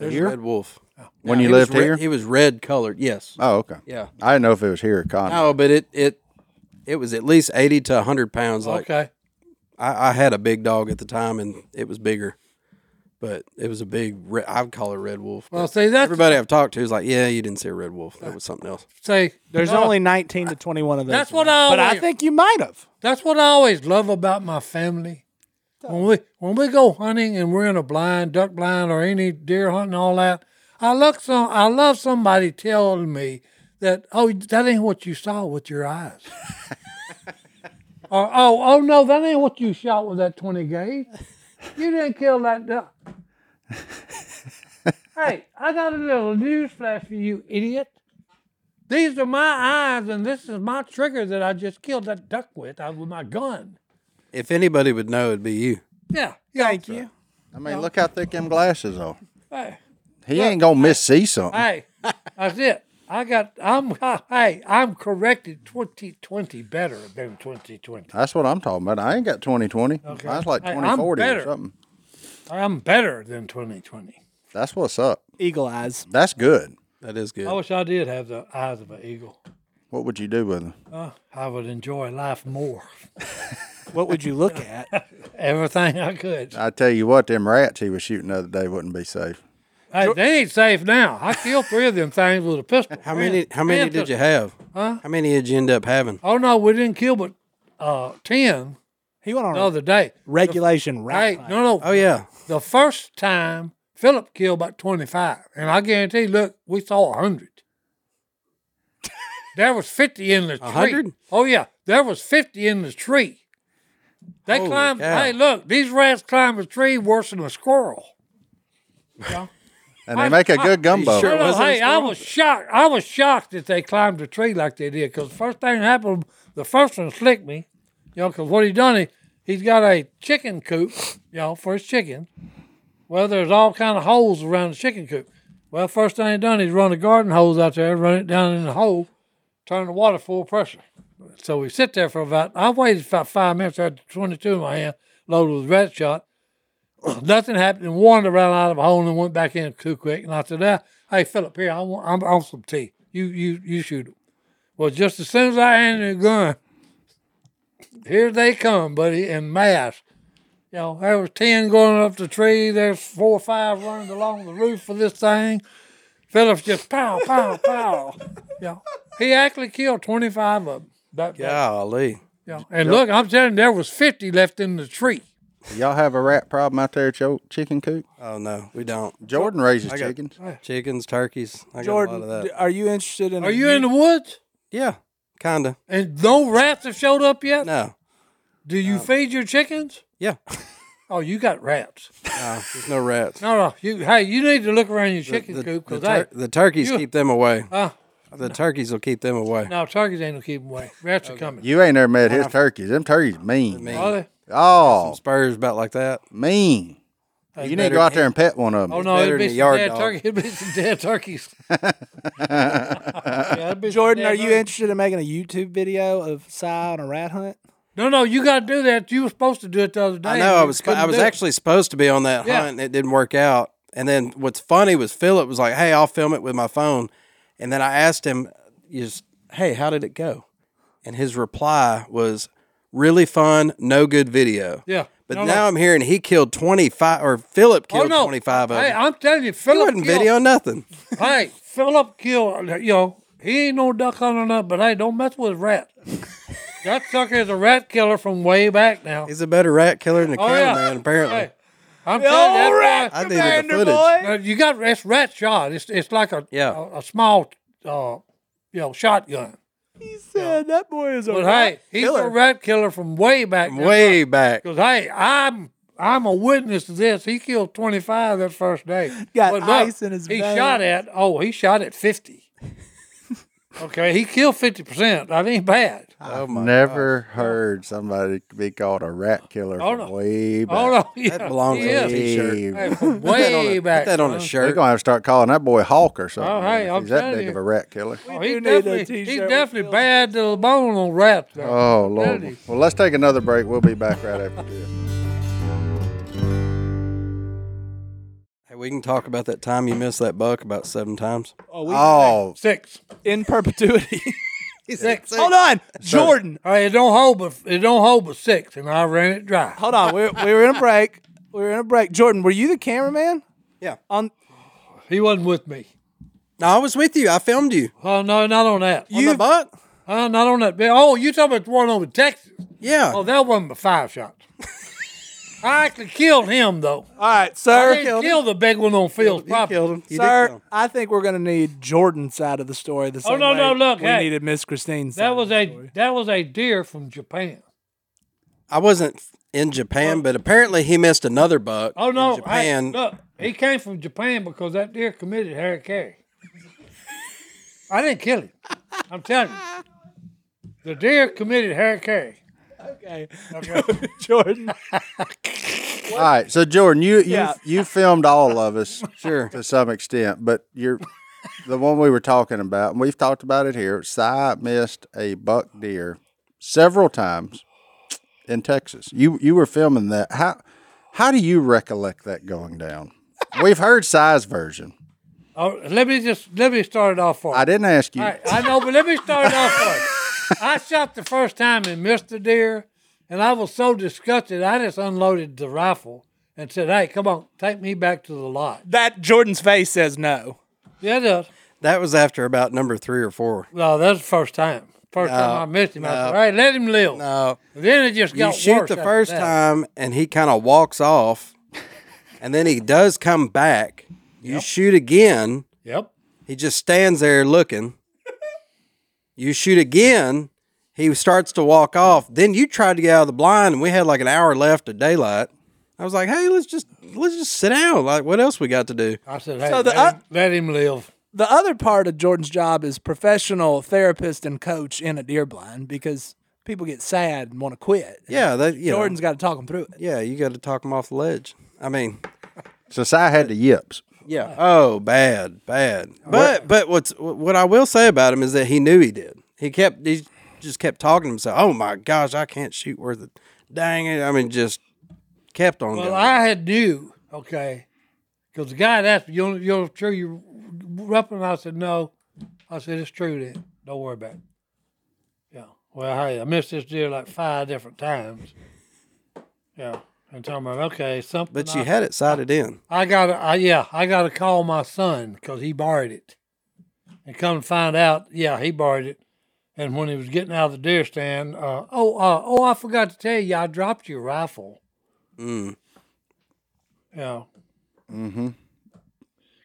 [SPEAKER 2] A red wolf.
[SPEAKER 3] When you
[SPEAKER 2] He was
[SPEAKER 3] lived here?
[SPEAKER 2] red- he was red colored. Yes.
[SPEAKER 3] oh, okay.
[SPEAKER 2] Yeah.
[SPEAKER 3] I didn't know if it was here or Conway.
[SPEAKER 2] No, but it it it was at least eighty to hundred pounds. Like
[SPEAKER 4] Okay.
[SPEAKER 2] I, I had a big dog at the time, and it was bigger, but it was a big. Red, I'd call it red wolf.
[SPEAKER 4] Well,
[SPEAKER 2] But
[SPEAKER 4] see, that's
[SPEAKER 2] everybody I've talked to is like, yeah, you didn't see a red wolf. That was something else.
[SPEAKER 4] see,
[SPEAKER 1] There's
[SPEAKER 4] no,
[SPEAKER 1] only 19 to 21 of those.
[SPEAKER 4] That's what I
[SPEAKER 1] But I
[SPEAKER 4] always-
[SPEAKER 1] think you might have.
[SPEAKER 4] that's what I always love about my family. When we when we go hunting and we're in a blind, duck blind, or any deer hunting, all that, I look some. I love somebody telling me that oh that ain't what you saw with your eyes. or oh oh no that ain't what you shot with that twenty gauge. You didn't kill that duck. hey, I got a little news flash for you, idiot. These are my eyes, and this is my trigger that I just killed that duck with uh, with my gun.
[SPEAKER 2] If anybody would know, it'd be you.
[SPEAKER 4] Yeah, yeah.
[SPEAKER 1] Thank you.
[SPEAKER 3] I mean, look how thick them glasses are.
[SPEAKER 4] Hey,
[SPEAKER 3] He ain't gonna miss see something.
[SPEAKER 4] hey, that's it. I got. I'm. Hey, I'm corrected. Twenty twenty better than twenty twenty.
[SPEAKER 3] That's what I'm talking about. I ain't got 2020.
[SPEAKER 4] Okay.
[SPEAKER 3] Mine's like
[SPEAKER 4] Hey, I'm
[SPEAKER 3] 2040 or
[SPEAKER 4] better.
[SPEAKER 3] something.
[SPEAKER 4] I'm better than twenty twenty.
[SPEAKER 3] That's what's up.
[SPEAKER 1] Eagle eyes.
[SPEAKER 3] That's good.
[SPEAKER 2] That is good.
[SPEAKER 4] I wish I did have the eyes of an eagle.
[SPEAKER 3] What would you do with them?
[SPEAKER 4] Uh, I would enjoy life more.
[SPEAKER 1] What would you look at?
[SPEAKER 4] Everything I could.
[SPEAKER 2] Uh,
[SPEAKER 3] I tell you what, them rats he was shooting the other day wouldn't be safe.
[SPEAKER 4] Hey, they ain't safe now. I killed three of them things with a pistol.
[SPEAKER 2] how many? How many did you have? Huh? How many did you end up having?
[SPEAKER 4] Oh no, we didn't kill but uh, ten
[SPEAKER 1] He went on
[SPEAKER 4] the
[SPEAKER 1] a
[SPEAKER 4] other day.
[SPEAKER 1] regulation
[SPEAKER 4] Hey,
[SPEAKER 1] right.
[SPEAKER 4] no, no.
[SPEAKER 2] Oh yeah,
[SPEAKER 4] The first time Philip killed about 25. And I guarantee, look, we saw 100. there was 50 in the tree.
[SPEAKER 2] 100?
[SPEAKER 4] Oh, yeah. There was 50 in the tree. They
[SPEAKER 2] Holy
[SPEAKER 4] climbed.
[SPEAKER 2] cow.
[SPEAKER 4] Hey, look, these rats climbed a tree worse than a squirrel. Yeah.
[SPEAKER 3] And they make a good gumbo.
[SPEAKER 2] sure-
[SPEAKER 4] No, no,
[SPEAKER 2] wasn't a
[SPEAKER 4] hey, I was shocked. I was shocked that they climbed a tree like they did. Because first thing that happened, the first one slicked me. You know, because what he done, he he's got a chicken coop. You know, for his chicken. Well, there's all kind of holes around the chicken coop. Well, first thing he done, he's run a garden hose out there, run it down in the hole, turn the water full pressure. So we sit there for about. I waited about five minutes. I had 22 in my hand, loaded with rat shot. Nothing happened. And wandered around out of a hole and went back in too quick. And I said, "Ah, "Hey, Philip, here I want, I'm on some tea. You, you, you shoot 'em." Well, just as soon as I handed the gun, here they come, buddy, in mass. You know, there was ten going up the tree. There's four or five running along the roof of this thing. Phillips just pow, pow, pow. You know, he actually killed twenty five of them. That, that-
[SPEAKER 2] golly.
[SPEAKER 4] you know, and look, I'm telling you, there was fifty left in the tree.
[SPEAKER 3] Y'all have a rat problem out there at your chicken coop?
[SPEAKER 2] Oh no, we don't.
[SPEAKER 3] Jordan raises
[SPEAKER 2] I got-
[SPEAKER 3] chickens.
[SPEAKER 2] Chickens, turkeys. I got a lot of
[SPEAKER 1] Jordan,
[SPEAKER 2] that.
[SPEAKER 1] d- are you uh, interested in?
[SPEAKER 4] Are you in the woods?
[SPEAKER 2] Yeah, kinda.
[SPEAKER 4] And no rats have showed up yet?
[SPEAKER 2] No.
[SPEAKER 4] Do you feed your chickens?
[SPEAKER 2] Yeah.
[SPEAKER 4] Oh, you got rats.
[SPEAKER 2] No, there's no rats.
[SPEAKER 4] No, no. You, hey, you need to look around your chicken
[SPEAKER 2] the,
[SPEAKER 4] coop
[SPEAKER 2] the,
[SPEAKER 4] because
[SPEAKER 2] tur- the turkeys
[SPEAKER 4] you-
[SPEAKER 2] keep them away.
[SPEAKER 4] uh,
[SPEAKER 2] The turkeys will keep them away.
[SPEAKER 4] no turkeys ain't gonna keep 'em away. Rats are coming.
[SPEAKER 3] You ain't never met his turkeys. Them turkeys mean.
[SPEAKER 2] mean.
[SPEAKER 4] Are they?
[SPEAKER 3] Oh,
[SPEAKER 2] Spurs about like that.
[SPEAKER 3] mean. You need to
[SPEAKER 2] better-
[SPEAKER 3] go out there and pet one of them.
[SPEAKER 4] Oh no,
[SPEAKER 2] better
[SPEAKER 4] it'd be
[SPEAKER 2] than a
[SPEAKER 4] some
[SPEAKER 2] yard
[SPEAKER 4] dead
[SPEAKER 2] dog.
[SPEAKER 4] turkey. It'd be some dead turkeys. Yeah, it'd be some
[SPEAKER 1] Jordan,
[SPEAKER 4] dead
[SPEAKER 1] are you
[SPEAKER 4] turkeys.
[SPEAKER 1] interested in making a YouTube video of Si on a rat hunt?
[SPEAKER 4] No, no, you got to do that. You were supposed to do it the other day.
[SPEAKER 2] I know.
[SPEAKER 4] and
[SPEAKER 2] I
[SPEAKER 4] you
[SPEAKER 2] was
[SPEAKER 4] couldn't
[SPEAKER 2] I was
[SPEAKER 4] do it.
[SPEAKER 2] actually supposed to be on that
[SPEAKER 4] Yeah.
[SPEAKER 2] hunt, and it didn't work out. And then what's funny was Philip was like, "Hey, I'll film it with my phone," and then I asked him, "Is hey, how did it go?" And his reply was, "Really fun, no good video."
[SPEAKER 4] Yeah.
[SPEAKER 2] But
[SPEAKER 4] No, no.
[SPEAKER 2] now I'm hearing he killed 25, or Philip
[SPEAKER 4] Oh
[SPEAKER 2] killed
[SPEAKER 4] no!
[SPEAKER 2] 25 of
[SPEAKER 4] Hey,
[SPEAKER 2] them.
[SPEAKER 4] I'm telling you,
[SPEAKER 2] He
[SPEAKER 4] Philip
[SPEAKER 2] wasn't
[SPEAKER 4] killed.
[SPEAKER 2] video nothing.
[SPEAKER 4] Hey, Philip killed. You know, he ain't no duck hunter, nothing, but hey, don't mess with rat. that sucker is a rat killer from way back now.
[SPEAKER 2] He's a better rat killer than a
[SPEAKER 4] Oh, yeah.
[SPEAKER 2] cameraman, apparently.
[SPEAKER 4] Hey, I'm telling you, that
[SPEAKER 2] I
[SPEAKER 4] boy-
[SPEAKER 2] needed the footage.
[SPEAKER 4] uh, you got it's rat shot. It's it's like a
[SPEAKER 2] Yeah.
[SPEAKER 4] a, a small uh, you know shotgun.
[SPEAKER 1] He said that boy is a
[SPEAKER 4] But hey, he's a rat killer from way back. now.
[SPEAKER 2] Way back.
[SPEAKER 4] Because hey, I'm I'm a witness to this. He killed 25 that first day.
[SPEAKER 1] Got
[SPEAKER 4] But look,
[SPEAKER 1] ice in his
[SPEAKER 4] He
[SPEAKER 1] veins.
[SPEAKER 4] shot at oh, he shot at 50. okay, he killed 50 percent. That ain't bad.
[SPEAKER 2] Oh my.
[SPEAKER 3] Never heard somebody be called a rat killer
[SPEAKER 4] Oh,
[SPEAKER 3] from
[SPEAKER 4] no.
[SPEAKER 3] way back.
[SPEAKER 4] Oh no, yeah,
[SPEAKER 2] That belongs
[SPEAKER 4] he
[SPEAKER 2] on a
[SPEAKER 4] is.
[SPEAKER 2] t-shirt.
[SPEAKER 4] Hey,
[SPEAKER 3] Way
[SPEAKER 4] from
[SPEAKER 2] Put that on a-
[SPEAKER 4] way back.
[SPEAKER 2] Put that on a
[SPEAKER 4] huh?
[SPEAKER 3] They're
[SPEAKER 2] shirt.
[SPEAKER 3] gonna have to start calling that boy Hawk or something.
[SPEAKER 4] Oh, hey,
[SPEAKER 3] if
[SPEAKER 4] I'm
[SPEAKER 3] he's that
[SPEAKER 4] telling
[SPEAKER 3] big
[SPEAKER 4] you.
[SPEAKER 3] of a rat killer.
[SPEAKER 4] Oh,
[SPEAKER 1] We
[SPEAKER 4] he
[SPEAKER 1] do need a
[SPEAKER 4] definitely, he's
[SPEAKER 1] t-shirt with
[SPEAKER 4] definitely
[SPEAKER 1] Phil.
[SPEAKER 4] bad to the bone on rats. though.
[SPEAKER 3] Oh Lord.
[SPEAKER 4] Daddy.
[SPEAKER 3] Well, let's take another break. We'll be back right after this.
[SPEAKER 2] Hey, we can talk about that time you missed that buck about seven times.
[SPEAKER 1] Oh, we,
[SPEAKER 3] Oh,
[SPEAKER 4] Six.
[SPEAKER 1] in perpetuity.
[SPEAKER 4] Six.
[SPEAKER 1] hold on, Jordan.
[SPEAKER 4] All right, it don't hold, but it don't hold but six, and I ran it dry.
[SPEAKER 1] Hold on. We're, we were in a break. We were in a break. Jordan, were you the cameraman?
[SPEAKER 2] Yeah.
[SPEAKER 1] On
[SPEAKER 4] He wasn't with me.
[SPEAKER 2] No, I was with you. I filmed you.
[SPEAKER 4] Oh no, not on that.
[SPEAKER 2] You the buck?
[SPEAKER 4] Uh, not on that. Oh, you talking about the one over Texas?
[SPEAKER 2] Yeah.
[SPEAKER 4] Oh, that wasn't but five shots. I actually killed him though.
[SPEAKER 1] all right,
[SPEAKER 4] I
[SPEAKER 1] sir.
[SPEAKER 4] didn't kill the big one on Phil's
[SPEAKER 2] you
[SPEAKER 4] property.
[SPEAKER 2] killed him. You did
[SPEAKER 1] Sir,
[SPEAKER 2] kill him.
[SPEAKER 1] I think we're gonna need Jordan's side of the story. The same
[SPEAKER 4] Oh, no,
[SPEAKER 1] way
[SPEAKER 4] no, look,
[SPEAKER 1] we
[SPEAKER 4] hey.
[SPEAKER 1] needed Miss Christine's. side
[SPEAKER 4] That
[SPEAKER 1] of
[SPEAKER 4] was
[SPEAKER 1] the
[SPEAKER 4] a
[SPEAKER 1] story.
[SPEAKER 4] that was a deer from Japan.
[SPEAKER 2] I wasn't in Japan, but apparently he missed another buck.
[SPEAKER 4] Oh no,
[SPEAKER 2] in Japan.
[SPEAKER 4] Hey, look, he came from Japan because that deer committed Harry Carey. I didn't kill him. I'm telling you, the deer committed Harry Carey.
[SPEAKER 1] okay. Jordan,
[SPEAKER 3] all right. So Jordan, you you
[SPEAKER 1] Yeah.
[SPEAKER 3] you filmed all of us
[SPEAKER 2] Sure.
[SPEAKER 3] to some extent, but you're the one we were talking about, and we've talked about it here. Si missed a buck deer several times in Texas. You you were filming that. How how do you recollect that going down? We've heard Si's version.
[SPEAKER 4] Oh, let me just let me start it off for you.
[SPEAKER 3] I didn't ask you.
[SPEAKER 4] All right, I know, but let me start it off first. I shot the first time and missed the deer, and I was so disgusted, I just unloaded the rifle and said, "Hey, come on, take me back to the lot."
[SPEAKER 1] that Jordan's face says no.
[SPEAKER 4] Yeah, it is.
[SPEAKER 2] That was after about number three or four.
[SPEAKER 4] No, that's the first time. First time I missed him. I said, "All right, let him live."
[SPEAKER 2] No.
[SPEAKER 4] Then it just
[SPEAKER 2] You
[SPEAKER 4] got
[SPEAKER 2] shoot
[SPEAKER 4] worse
[SPEAKER 2] the
[SPEAKER 4] after
[SPEAKER 2] first
[SPEAKER 4] that.
[SPEAKER 2] time and he kind of walks off and then he does come back. You shoot again.
[SPEAKER 4] Yep.
[SPEAKER 2] He just stands there looking. you shoot again. He starts to walk off. Then you tried to get out of the blind, and we had like an hour left of daylight. I was like, "Hey, let's just let's just sit down. Like, what else we got to do?"
[SPEAKER 4] I said, "Hey,
[SPEAKER 1] So the
[SPEAKER 4] let,
[SPEAKER 1] oth-
[SPEAKER 4] him, let him live."
[SPEAKER 1] The other part of Jordan's job is professional therapist and coach in a deer blind because people get sad and want to quit.
[SPEAKER 2] Yeah, that you know,
[SPEAKER 1] Jordan's got to talk them through it.
[SPEAKER 2] yeah, you got to talk him off the ledge. I mean,
[SPEAKER 3] So Si had the yips.
[SPEAKER 2] yeah. Oh, bad, bad. But but what's what I will say about him is that he knew he did. He kept he just kept talking to himself. Oh my gosh, I can't shoot worth it. Dang it! I mean, just kept on
[SPEAKER 4] Well,
[SPEAKER 2] going.
[SPEAKER 4] I had knew, okay, because the guy asked me, "You're, you're sure you're repping?" I said, "No." I said, "It's true then. Don't worry about it." Yeah. Well, hey, I missed this deer like five different times. Yeah. And talking about okay, something.
[SPEAKER 2] but
[SPEAKER 4] I,
[SPEAKER 2] you had it sighted in.
[SPEAKER 4] I got. I yeah, I got to call my son because he borrowed it, and come to find out, yeah, he borrowed it. And when he was getting out of the deer stand, uh, oh, uh, oh, I forgot to tell you, I dropped your rifle.
[SPEAKER 2] Mm.
[SPEAKER 4] Yeah.
[SPEAKER 3] Mm-hmm.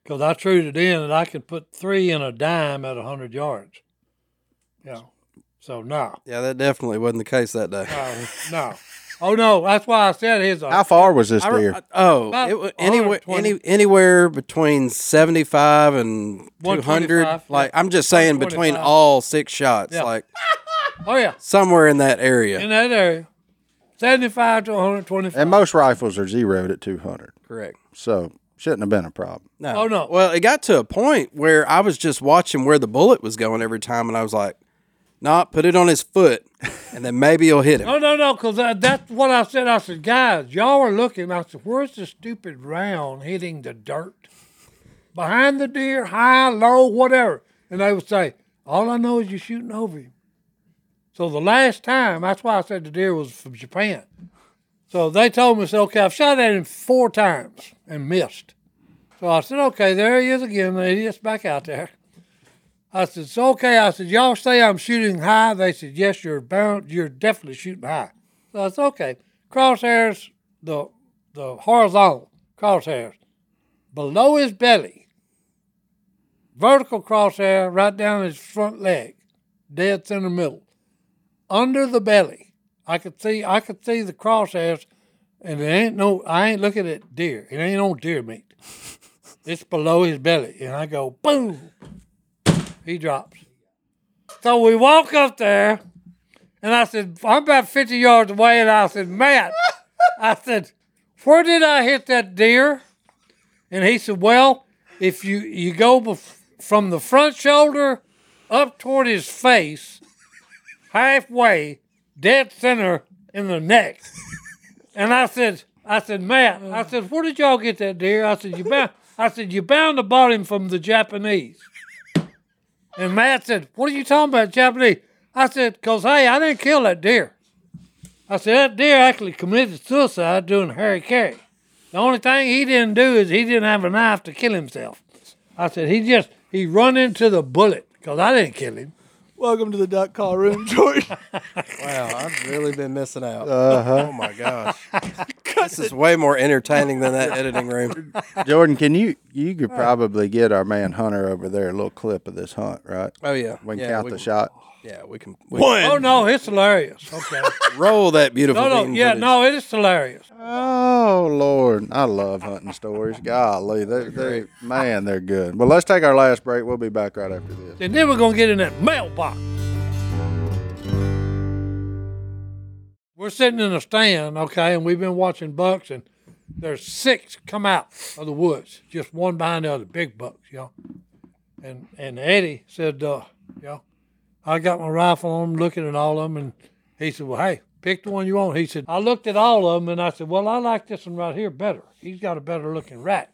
[SPEAKER 4] Because I treated in that I could put three in a dime at 100 yards. Yeah. So, no.
[SPEAKER 2] Yeah, that definitely wasn't the case that day.
[SPEAKER 4] No. no. Oh, no. That's why I said his. uh,
[SPEAKER 3] How far was this
[SPEAKER 2] I re-
[SPEAKER 3] deer?
[SPEAKER 2] I- oh,
[SPEAKER 4] About
[SPEAKER 2] it wa- anywhere,
[SPEAKER 4] 120.
[SPEAKER 2] any, anywhere between 75 and 200.
[SPEAKER 4] 125,
[SPEAKER 2] Like,
[SPEAKER 4] yeah.
[SPEAKER 2] I'm just saying between
[SPEAKER 4] 125.
[SPEAKER 2] all six shots,
[SPEAKER 4] Yeah.
[SPEAKER 2] like
[SPEAKER 4] Oh, yeah.
[SPEAKER 2] somewhere in that area.
[SPEAKER 4] In that area. 75 to 125.
[SPEAKER 3] And most rifles are zeroed at 200,
[SPEAKER 2] Correct.
[SPEAKER 3] so shouldn't have been a problem.
[SPEAKER 2] No.
[SPEAKER 4] Oh, no.
[SPEAKER 2] Well, it got to a point where I was just watching where the bullet was going every time, and I was like, nah, put it on his foot, and then maybe you'll hit him.
[SPEAKER 4] Oh, No, no, no, because that's what I said. I said, guys, y'all are looking. I said, where's the stupid round hitting the dirt? Behind the deer, high, low, whatever. And they would say, all I know is you're shooting over him. So the last time, that's why I said the deer was from Japan. So they told me, I said, okay, I've shot at him four times and missed. So I said, okay, there he is again. The idiot's back out there. I said, "It's okay." I said, "Y'all say I'm shooting high." They said, "Yes, you're bound. You're definitely shooting high." So I said, "Okay." Crosshairs, the the horizontal crosshairs, below his belly. Vertical crosshair right down his front leg, dead center middle, under the belly. I could see I could see the crosshairs, and it ain't no. I ain't looking at deer. It ain't on deer meat. It's below his belly, and I go boom he drops. So we walk up there, and I said, I'm about 50 yards away, and I said, Matt, I said, where did I hit that deer? And he said, well, if you, you go bef- from the front shoulder up toward his face, halfway, dead center in the neck. And I said, I said, Matt, I said, where did y'all get that deer? I said, you bound, I said, you bound to bought him from the Japanese. And Matt said, What are you talking about, Japanese? I said, Because, hey, I didn't kill that deer. I said, That deer actually committed suicide doing Harry Carry. The only thing he didn't do is he didn't have a knife to kill himself. I said, He just, he run into the bullet because I didn't kill him.
[SPEAKER 1] Welcome to the duck call room, Jordan.
[SPEAKER 2] Wow, I've really been missing out.
[SPEAKER 3] Uh-huh.
[SPEAKER 2] Oh my gosh. this is way more entertaining than that editing room.
[SPEAKER 3] Jordan, can you you could probably get our man Hunter over there a little clip of this hunt, right?
[SPEAKER 2] Oh yeah.
[SPEAKER 3] We can
[SPEAKER 2] yeah,
[SPEAKER 3] count
[SPEAKER 2] we
[SPEAKER 3] the
[SPEAKER 2] can-
[SPEAKER 3] shot.
[SPEAKER 2] Yeah, we can we
[SPEAKER 1] One.
[SPEAKER 4] Oh, no, it's hilarious. Okay.
[SPEAKER 2] can roll that beautiful
[SPEAKER 4] No, no,
[SPEAKER 2] bean
[SPEAKER 4] yeah,
[SPEAKER 2] footage.
[SPEAKER 4] no, it is hilarious.
[SPEAKER 3] Oh Lord, I love hunting stories. Golly, they, they man, they're good. Well, let's take our last break. We'll be back right after this.
[SPEAKER 4] And then we're going to get in that mailbox. We're sitting in a stand, okay, and we've been watching bucks, and there's six come out of the woods, just one behind the other, big bucks, you know. And and Eddie said, uh, you know, I got my rifle on, 'em, looking at all of them, and he said, well, hey, pick the one you want. He said, I looked at all of them, and I said, well, I like this one right here better. He's got a better looking rack,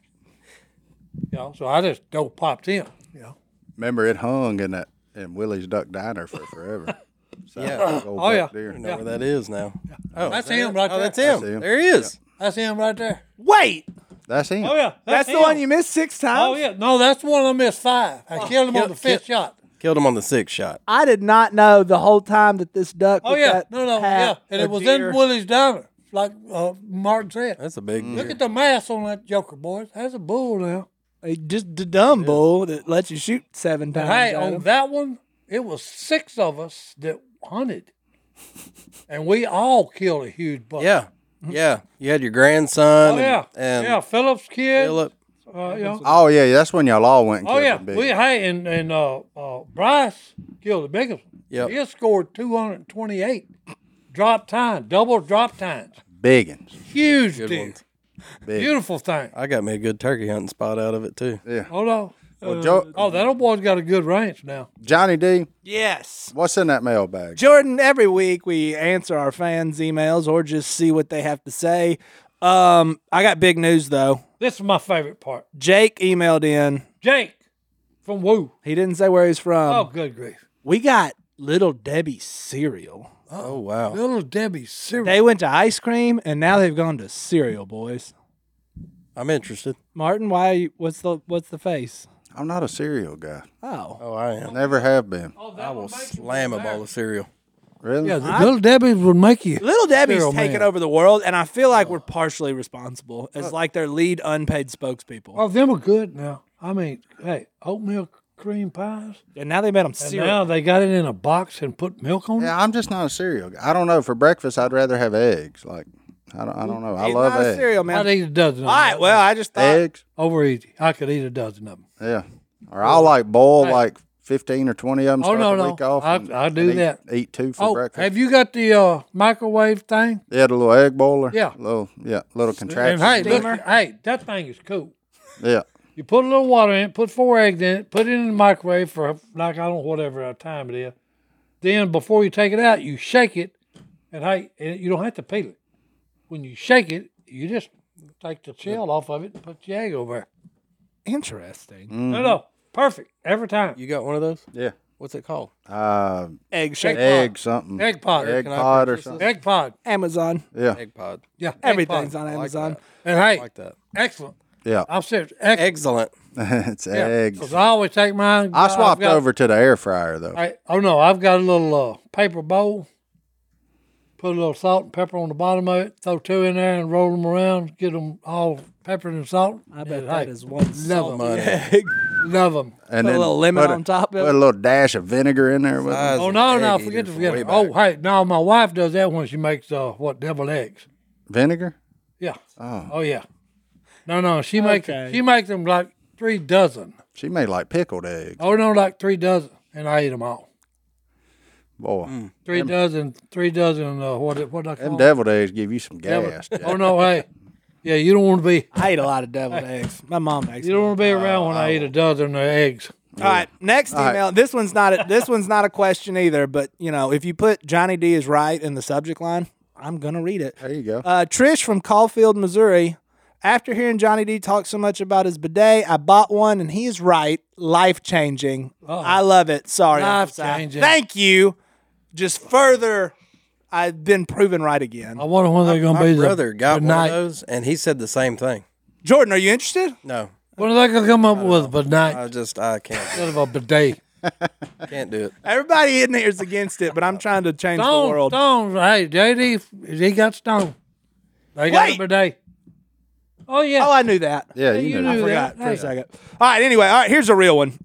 [SPEAKER 4] you know. So I just dope popped him, you know.
[SPEAKER 3] Remember, it hung in that in Willie's Duck Diner for forever.
[SPEAKER 2] Yeah.
[SPEAKER 3] Old
[SPEAKER 4] Oh,
[SPEAKER 3] buck
[SPEAKER 4] yeah.
[SPEAKER 3] deer.
[SPEAKER 2] You know where that is now. Oh,
[SPEAKER 4] That's
[SPEAKER 2] is that
[SPEAKER 4] him
[SPEAKER 2] it?
[SPEAKER 4] right
[SPEAKER 2] Oh,
[SPEAKER 4] there.
[SPEAKER 2] that's him.
[SPEAKER 3] That's him.
[SPEAKER 2] There he is.
[SPEAKER 4] That's him right there.
[SPEAKER 1] Wait,
[SPEAKER 3] That's him.
[SPEAKER 4] Oh yeah,
[SPEAKER 1] that's the
[SPEAKER 4] him.
[SPEAKER 1] one you missed six times.
[SPEAKER 4] Oh yeah, no, that's the one I missed five. I killed him
[SPEAKER 2] kill-
[SPEAKER 4] on the fifth shot.
[SPEAKER 2] Killed him on the sixth shot.
[SPEAKER 1] I did not know the whole time that this duck.
[SPEAKER 4] Oh
[SPEAKER 1] with
[SPEAKER 4] yeah,
[SPEAKER 1] that
[SPEAKER 4] no, no, yeah,
[SPEAKER 1] hat,
[SPEAKER 4] and
[SPEAKER 1] a
[SPEAKER 4] it was
[SPEAKER 1] deer-
[SPEAKER 4] in Willie's Diner, like uh, Martin said.
[SPEAKER 2] That's a big
[SPEAKER 4] Look
[SPEAKER 2] deer.
[SPEAKER 4] at the mass on that Joker, boys. That's a bull now.
[SPEAKER 1] a- just the dumb bull that lets you shoot seven
[SPEAKER 4] But
[SPEAKER 1] times.
[SPEAKER 4] hey,
[SPEAKER 1] at him.
[SPEAKER 4] on that one, it was six of us that hunted, and we all killed a huge buck.
[SPEAKER 2] Yeah. Yeah. You had your grandson
[SPEAKER 4] Mm-hmm. Oh
[SPEAKER 2] and,
[SPEAKER 4] yeah,
[SPEAKER 2] and
[SPEAKER 4] yeah. Phillips kid.
[SPEAKER 2] Philip.
[SPEAKER 4] Uh, you know.
[SPEAKER 3] Oh yeah, that's when y'all all went. And
[SPEAKER 4] Oh
[SPEAKER 3] killed
[SPEAKER 4] yeah,
[SPEAKER 3] the big-
[SPEAKER 4] we hey and and uh, uh, Bryce killed the biggest. one.
[SPEAKER 2] Yep.
[SPEAKER 4] he had scored two hundred twenty eight drop time, double drop times,
[SPEAKER 3] biggins.
[SPEAKER 4] huge
[SPEAKER 2] Good
[SPEAKER 4] deer,
[SPEAKER 2] ones.
[SPEAKER 3] Big.
[SPEAKER 4] beautiful thing.
[SPEAKER 2] I got me a good turkey hunting spot out of it too.
[SPEAKER 3] Yeah.
[SPEAKER 4] Hold on,
[SPEAKER 3] Well, Jo-
[SPEAKER 4] oh that old boy's got a good range now.
[SPEAKER 3] Johnny D,
[SPEAKER 1] yes.
[SPEAKER 3] what's in that mailbag?
[SPEAKER 1] Jordan, every week we answer our fans' emails or just see what they have to say. Um, I got big news though.
[SPEAKER 4] This is my favorite part.
[SPEAKER 1] Jake emailed in.
[SPEAKER 4] Jake from Woo.
[SPEAKER 1] He didn't say where he's from.
[SPEAKER 4] Oh good grief,
[SPEAKER 1] We got Little Debbie cereal.
[SPEAKER 2] Oh wow.
[SPEAKER 4] little Debbie cereal.
[SPEAKER 1] They went to ice cream and now they've gone to cereal, boys.
[SPEAKER 2] I'm interested.
[SPEAKER 1] Martin, why? you- What's the what's the face?
[SPEAKER 3] I'm not a cereal guy.
[SPEAKER 1] Oh,
[SPEAKER 2] Oh I am.
[SPEAKER 3] Never have been.
[SPEAKER 4] oh, that
[SPEAKER 2] I
[SPEAKER 4] will
[SPEAKER 2] will
[SPEAKER 4] make you
[SPEAKER 2] slam a bowl
[SPEAKER 4] mad.
[SPEAKER 2] of cereal.
[SPEAKER 3] Really?
[SPEAKER 4] Yeah, the little Debbie would make you.
[SPEAKER 1] Little Debbie's
[SPEAKER 4] Feral
[SPEAKER 1] taking
[SPEAKER 4] Man.
[SPEAKER 1] over the world, and I feel like we're partially responsible as like their lead unpaid spokespeople.
[SPEAKER 4] Oh, them were good now. I mean, hey, oatmeal cream pies.
[SPEAKER 1] And now they made them
[SPEAKER 4] And
[SPEAKER 1] cereal.
[SPEAKER 4] now they got it in a box and put milk on it.
[SPEAKER 3] Yeah, I'm just not a cereal. guy. I don't know. For breakfast, I'd rather have eggs. Like, I don't, I don't know. I
[SPEAKER 1] He's
[SPEAKER 3] love
[SPEAKER 1] not a
[SPEAKER 3] eggs.
[SPEAKER 1] cereal
[SPEAKER 4] I'd
[SPEAKER 1] man.
[SPEAKER 4] eat a dozen.
[SPEAKER 1] All right, well, I just thought
[SPEAKER 3] Eggs.
[SPEAKER 4] over easy. I could eat a dozen of them.
[SPEAKER 3] Yeah. Or I'll like boil
[SPEAKER 4] Hey.
[SPEAKER 3] like 15 or 20 of them.
[SPEAKER 4] Oh,
[SPEAKER 3] start
[SPEAKER 4] no,
[SPEAKER 3] the
[SPEAKER 4] no.
[SPEAKER 3] Week off
[SPEAKER 4] I-
[SPEAKER 3] and-
[SPEAKER 4] I do
[SPEAKER 3] and eat-
[SPEAKER 4] that.
[SPEAKER 3] Eat two for
[SPEAKER 4] Oh,
[SPEAKER 3] breakfast.
[SPEAKER 4] have you got the uh, microwave thing?
[SPEAKER 3] Yeah, the little egg boiler.
[SPEAKER 4] Yeah.
[SPEAKER 3] Little, yeah, little
[SPEAKER 4] And
[SPEAKER 3] contraption.
[SPEAKER 4] hey, look,
[SPEAKER 1] Steamer.
[SPEAKER 4] hey, that thing is cool.
[SPEAKER 3] Yeah.
[SPEAKER 4] You put a little water in it, put four eggs in it, put it in the microwave for like I don't know whatever time it is. Then before you take it out, you shake it, and hey, and you don't have to peel it. When you shake it, you just take the shell off of it and put the egg over. there.
[SPEAKER 1] interesting.
[SPEAKER 4] No, no, perfect every time.
[SPEAKER 2] You got one of those?
[SPEAKER 3] Yeah.
[SPEAKER 2] What's it called?
[SPEAKER 3] Uh,
[SPEAKER 1] Egg shake.
[SPEAKER 3] egg something.
[SPEAKER 4] egg pod,
[SPEAKER 3] Egg
[SPEAKER 4] egg,
[SPEAKER 2] Can I
[SPEAKER 3] pod or
[SPEAKER 2] purchase
[SPEAKER 3] something.
[SPEAKER 4] pod.
[SPEAKER 1] Amazon.
[SPEAKER 3] Yeah.
[SPEAKER 2] Egg pod.
[SPEAKER 4] Yeah, egg
[SPEAKER 1] Everything's
[SPEAKER 4] pod.
[SPEAKER 1] on
[SPEAKER 2] like
[SPEAKER 1] Amazon.
[SPEAKER 2] that.
[SPEAKER 4] And hey,
[SPEAKER 2] Like that.
[SPEAKER 4] excellent.
[SPEAKER 3] Yeah.
[SPEAKER 4] I'm serious. Excellent.
[SPEAKER 2] Excellent.
[SPEAKER 3] it's
[SPEAKER 4] Because
[SPEAKER 3] eggs.
[SPEAKER 4] I always take mine.
[SPEAKER 3] I
[SPEAKER 4] I've
[SPEAKER 3] swapped
[SPEAKER 4] got-
[SPEAKER 3] over to the air fryer though.
[SPEAKER 4] I, oh no, I've got a little uh, paper bowl. Put a little salt and pepper on the bottom of it. Throw two in there and roll them around. Get them all peppered and salt.
[SPEAKER 1] I bet
[SPEAKER 4] and,
[SPEAKER 1] that
[SPEAKER 4] hey,
[SPEAKER 1] is one
[SPEAKER 4] love
[SPEAKER 1] salty
[SPEAKER 4] them.
[SPEAKER 1] egg.
[SPEAKER 4] Love them.
[SPEAKER 3] and
[SPEAKER 1] Put a
[SPEAKER 3] then
[SPEAKER 1] little lemon
[SPEAKER 3] put a-
[SPEAKER 1] on top of
[SPEAKER 3] Put a
[SPEAKER 1] it.
[SPEAKER 3] little dash of vinegar in there with it.
[SPEAKER 2] Eyes
[SPEAKER 4] Oh
[SPEAKER 2] an
[SPEAKER 4] no,
[SPEAKER 2] egg
[SPEAKER 4] no,
[SPEAKER 2] eater
[SPEAKER 4] forget to
[SPEAKER 2] from
[SPEAKER 4] forget.
[SPEAKER 2] way
[SPEAKER 4] it. Oh
[SPEAKER 2] back.
[SPEAKER 4] hey, no, my wife does that when she makes uh, what deviled eggs.
[SPEAKER 3] Vinegar?
[SPEAKER 4] Yeah.
[SPEAKER 3] Oh.
[SPEAKER 4] Oh yeah. No, no, she makes
[SPEAKER 1] Okay.
[SPEAKER 4] she makes them like three dozen.
[SPEAKER 3] She made like pickled eggs.
[SPEAKER 4] Oh no, like three dozen, and I eat them all.
[SPEAKER 3] Boy.
[SPEAKER 4] Three dozen, three dozen. Uh, what what I call
[SPEAKER 3] Them
[SPEAKER 4] 'em?
[SPEAKER 3] deviled eggs give you some
[SPEAKER 4] Devil-
[SPEAKER 3] gas.
[SPEAKER 4] Oh no, hey, yeah, you don't want to be
[SPEAKER 1] I eat a lot of deviled eggs. My mom makes.
[SPEAKER 4] You
[SPEAKER 1] them.
[SPEAKER 4] don't want to be around when I eat a dozen of eggs.
[SPEAKER 1] All right, next
[SPEAKER 3] right.
[SPEAKER 1] email. This one's not a, this one's not a question either, but you know, if you put Johnny D is right in the subject line, I'm gonna read it.
[SPEAKER 3] There you go.
[SPEAKER 1] Uh, Trish from Caulfield, Missouri. After hearing Johnny D talk so much about his bidet, I bought one, and he is right. Life changing. I love it. Sorry,
[SPEAKER 4] Life
[SPEAKER 1] Alphaside.
[SPEAKER 4] changing.
[SPEAKER 1] Thank you. Just further, I've been proven right again.
[SPEAKER 4] I wonder when they're going to
[SPEAKER 2] My
[SPEAKER 4] be the-
[SPEAKER 2] brother got one
[SPEAKER 4] tonight.
[SPEAKER 2] of those, and he said the same thing.
[SPEAKER 1] Jordan, are you interested?
[SPEAKER 2] No,
[SPEAKER 4] What are they going to come up with a night
[SPEAKER 2] I just I can't
[SPEAKER 4] instead of a bidet?
[SPEAKER 2] can't do it.
[SPEAKER 1] Everybody in here is against it, but I'm trying to change the
[SPEAKER 4] Stone,
[SPEAKER 1] world.
[SPEAKER 4] Stone, hey, JD, he got Stone. They got
[SPEAKER 1] Wait.
[SPEAKER 4] a bidet. Oh, yeah.
[SPEAKER 1] Oh, I knew that.
[SPEAKER 3] yeah,
[SPEAKER 4] you
[SPEAKER 3] you,
[SPEAKER 4] knew
[SPEAKER 3] know.
[SPEAKER 1] I
[SPEAKER 4] that.
[SPEAKER 1] forgot for
[SPEAKER 4] Hey.
[SPEAKER 1] a second. All right. Anyway, all right. Here's a real one.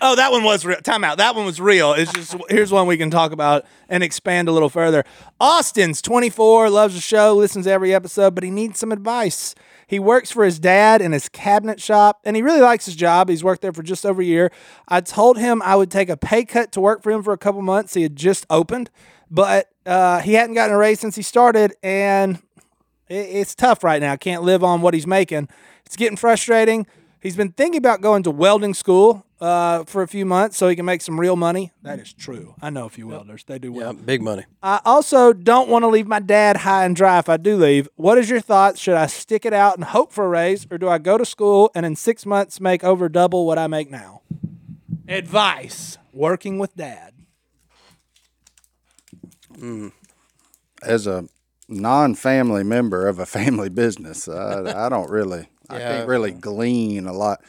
[SPEAKER 1] Oh, that one was real. Time out. That one was real. It's just here's one we can talk about and expand a little further. Austin's 24, loves the show, listens to every episode, but he needs some advice. He works for his dad in his cabinet shop, and he really likes his job. He's worked there for just over a year. I told him I would take a pay cut to work for him for a couple months. He had just opened, but uh, he hadn't gotten a raise since he started, and it, it's tough right now. Can't live on what he's making. It's getting frustrating. He's been thinking about going to welding school uh, for a few months so he can make some real money. That is true. I know a few welders. They do well.
[SPEAKER 2] Yeah, big money.
[SPEAKER 1] I also don't want to leave my dad high and dry if I do leave. What is your thoughts? Should I stick it out and hope for a raise, or do I go to school and in six months make over double what I make now? Advice: Working with dad.
[SPEAKER 3] as a non-family member of a family business, I, I don't really, I can't really glean a lot.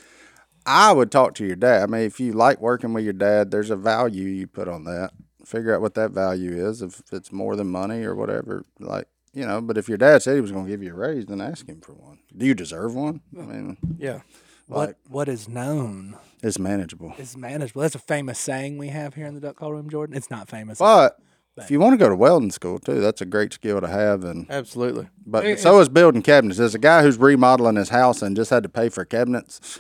[SPEAKER 3] I would talk to your dad. I mean, if you like working with your dad, there's a value you put on that. Figure out what that value is. If it's more than money or whatever, like you know. But if your dad said he was going to give you a raise, then ask him for one. Do you deserve one? I mean,
[SPEAKER 2] Yeah,
[SPEAKER 1] What what is known
[SPEAKER 3] it's manageable.
[SPEAKER 1] is manageable. That's a famous saying we have here in the duck call room, Jordan. It's not famous.
[SPEAKER 3] But if you want to go to welding school too, that's a great skill to have. And
[SPEAKER 2] absolutely.
[SPEAKER 3] But so is building cabinets. There's a guy who's remodeling his house and just had to pay for cabinets.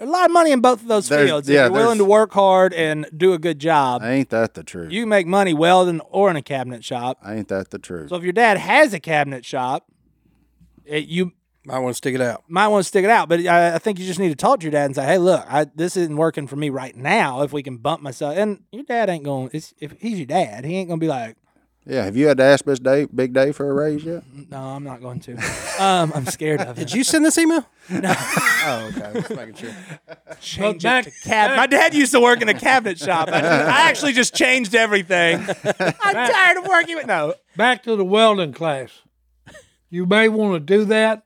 [SPEAKER 1] a lot of money in both of those
[SPEAKER 3] There's-
[SPEAKER 1] fields.
[SPEAKER 3] yeah,
[SPEAKER 1] if you're willing to
[SPEAKER 3] there's-
[SPEAKER 1] work hard and do a good job,
[SPEAKER 3] Ain't that the truth?
[SPEAKER 1] you can make money welding or in a cabinet shop.
[SPEAKER 3] Ain't that the truth?
[SPEAKER 1] So if your dad has a cabinet shop, it, you
[SPEAKER 2] Might want to stick it out.
[SPEAKER 1] might want to stick it out. But uh, I, I think you just need to talk to your dad and say, "Hey, look, I, this isn't working for me right now. If we can bump myself, and your dad ain't going. It's, if he's your dad, he ain't gonna be like."
[SPEAKER 3] yeah. Have you had to ask this day, big day for a raise yet?
[SPEAKER 1] No, I'm not going to. Um, I'm scared of it.
[SPEAKER 2] Did you send this email?
[SPEAKER 3] Oh, okay.
[SPEAKER 2] Just making sure.
[SPEAKER 1] Change
[SPEAKER 4] Well,
[SPEAKER 1] it to cab. My dad used to work in a cabinet shop. I, I actually just changed everything. I'm tired of working with no
[SPEAKER 4] Back to the welding class. You may want to do that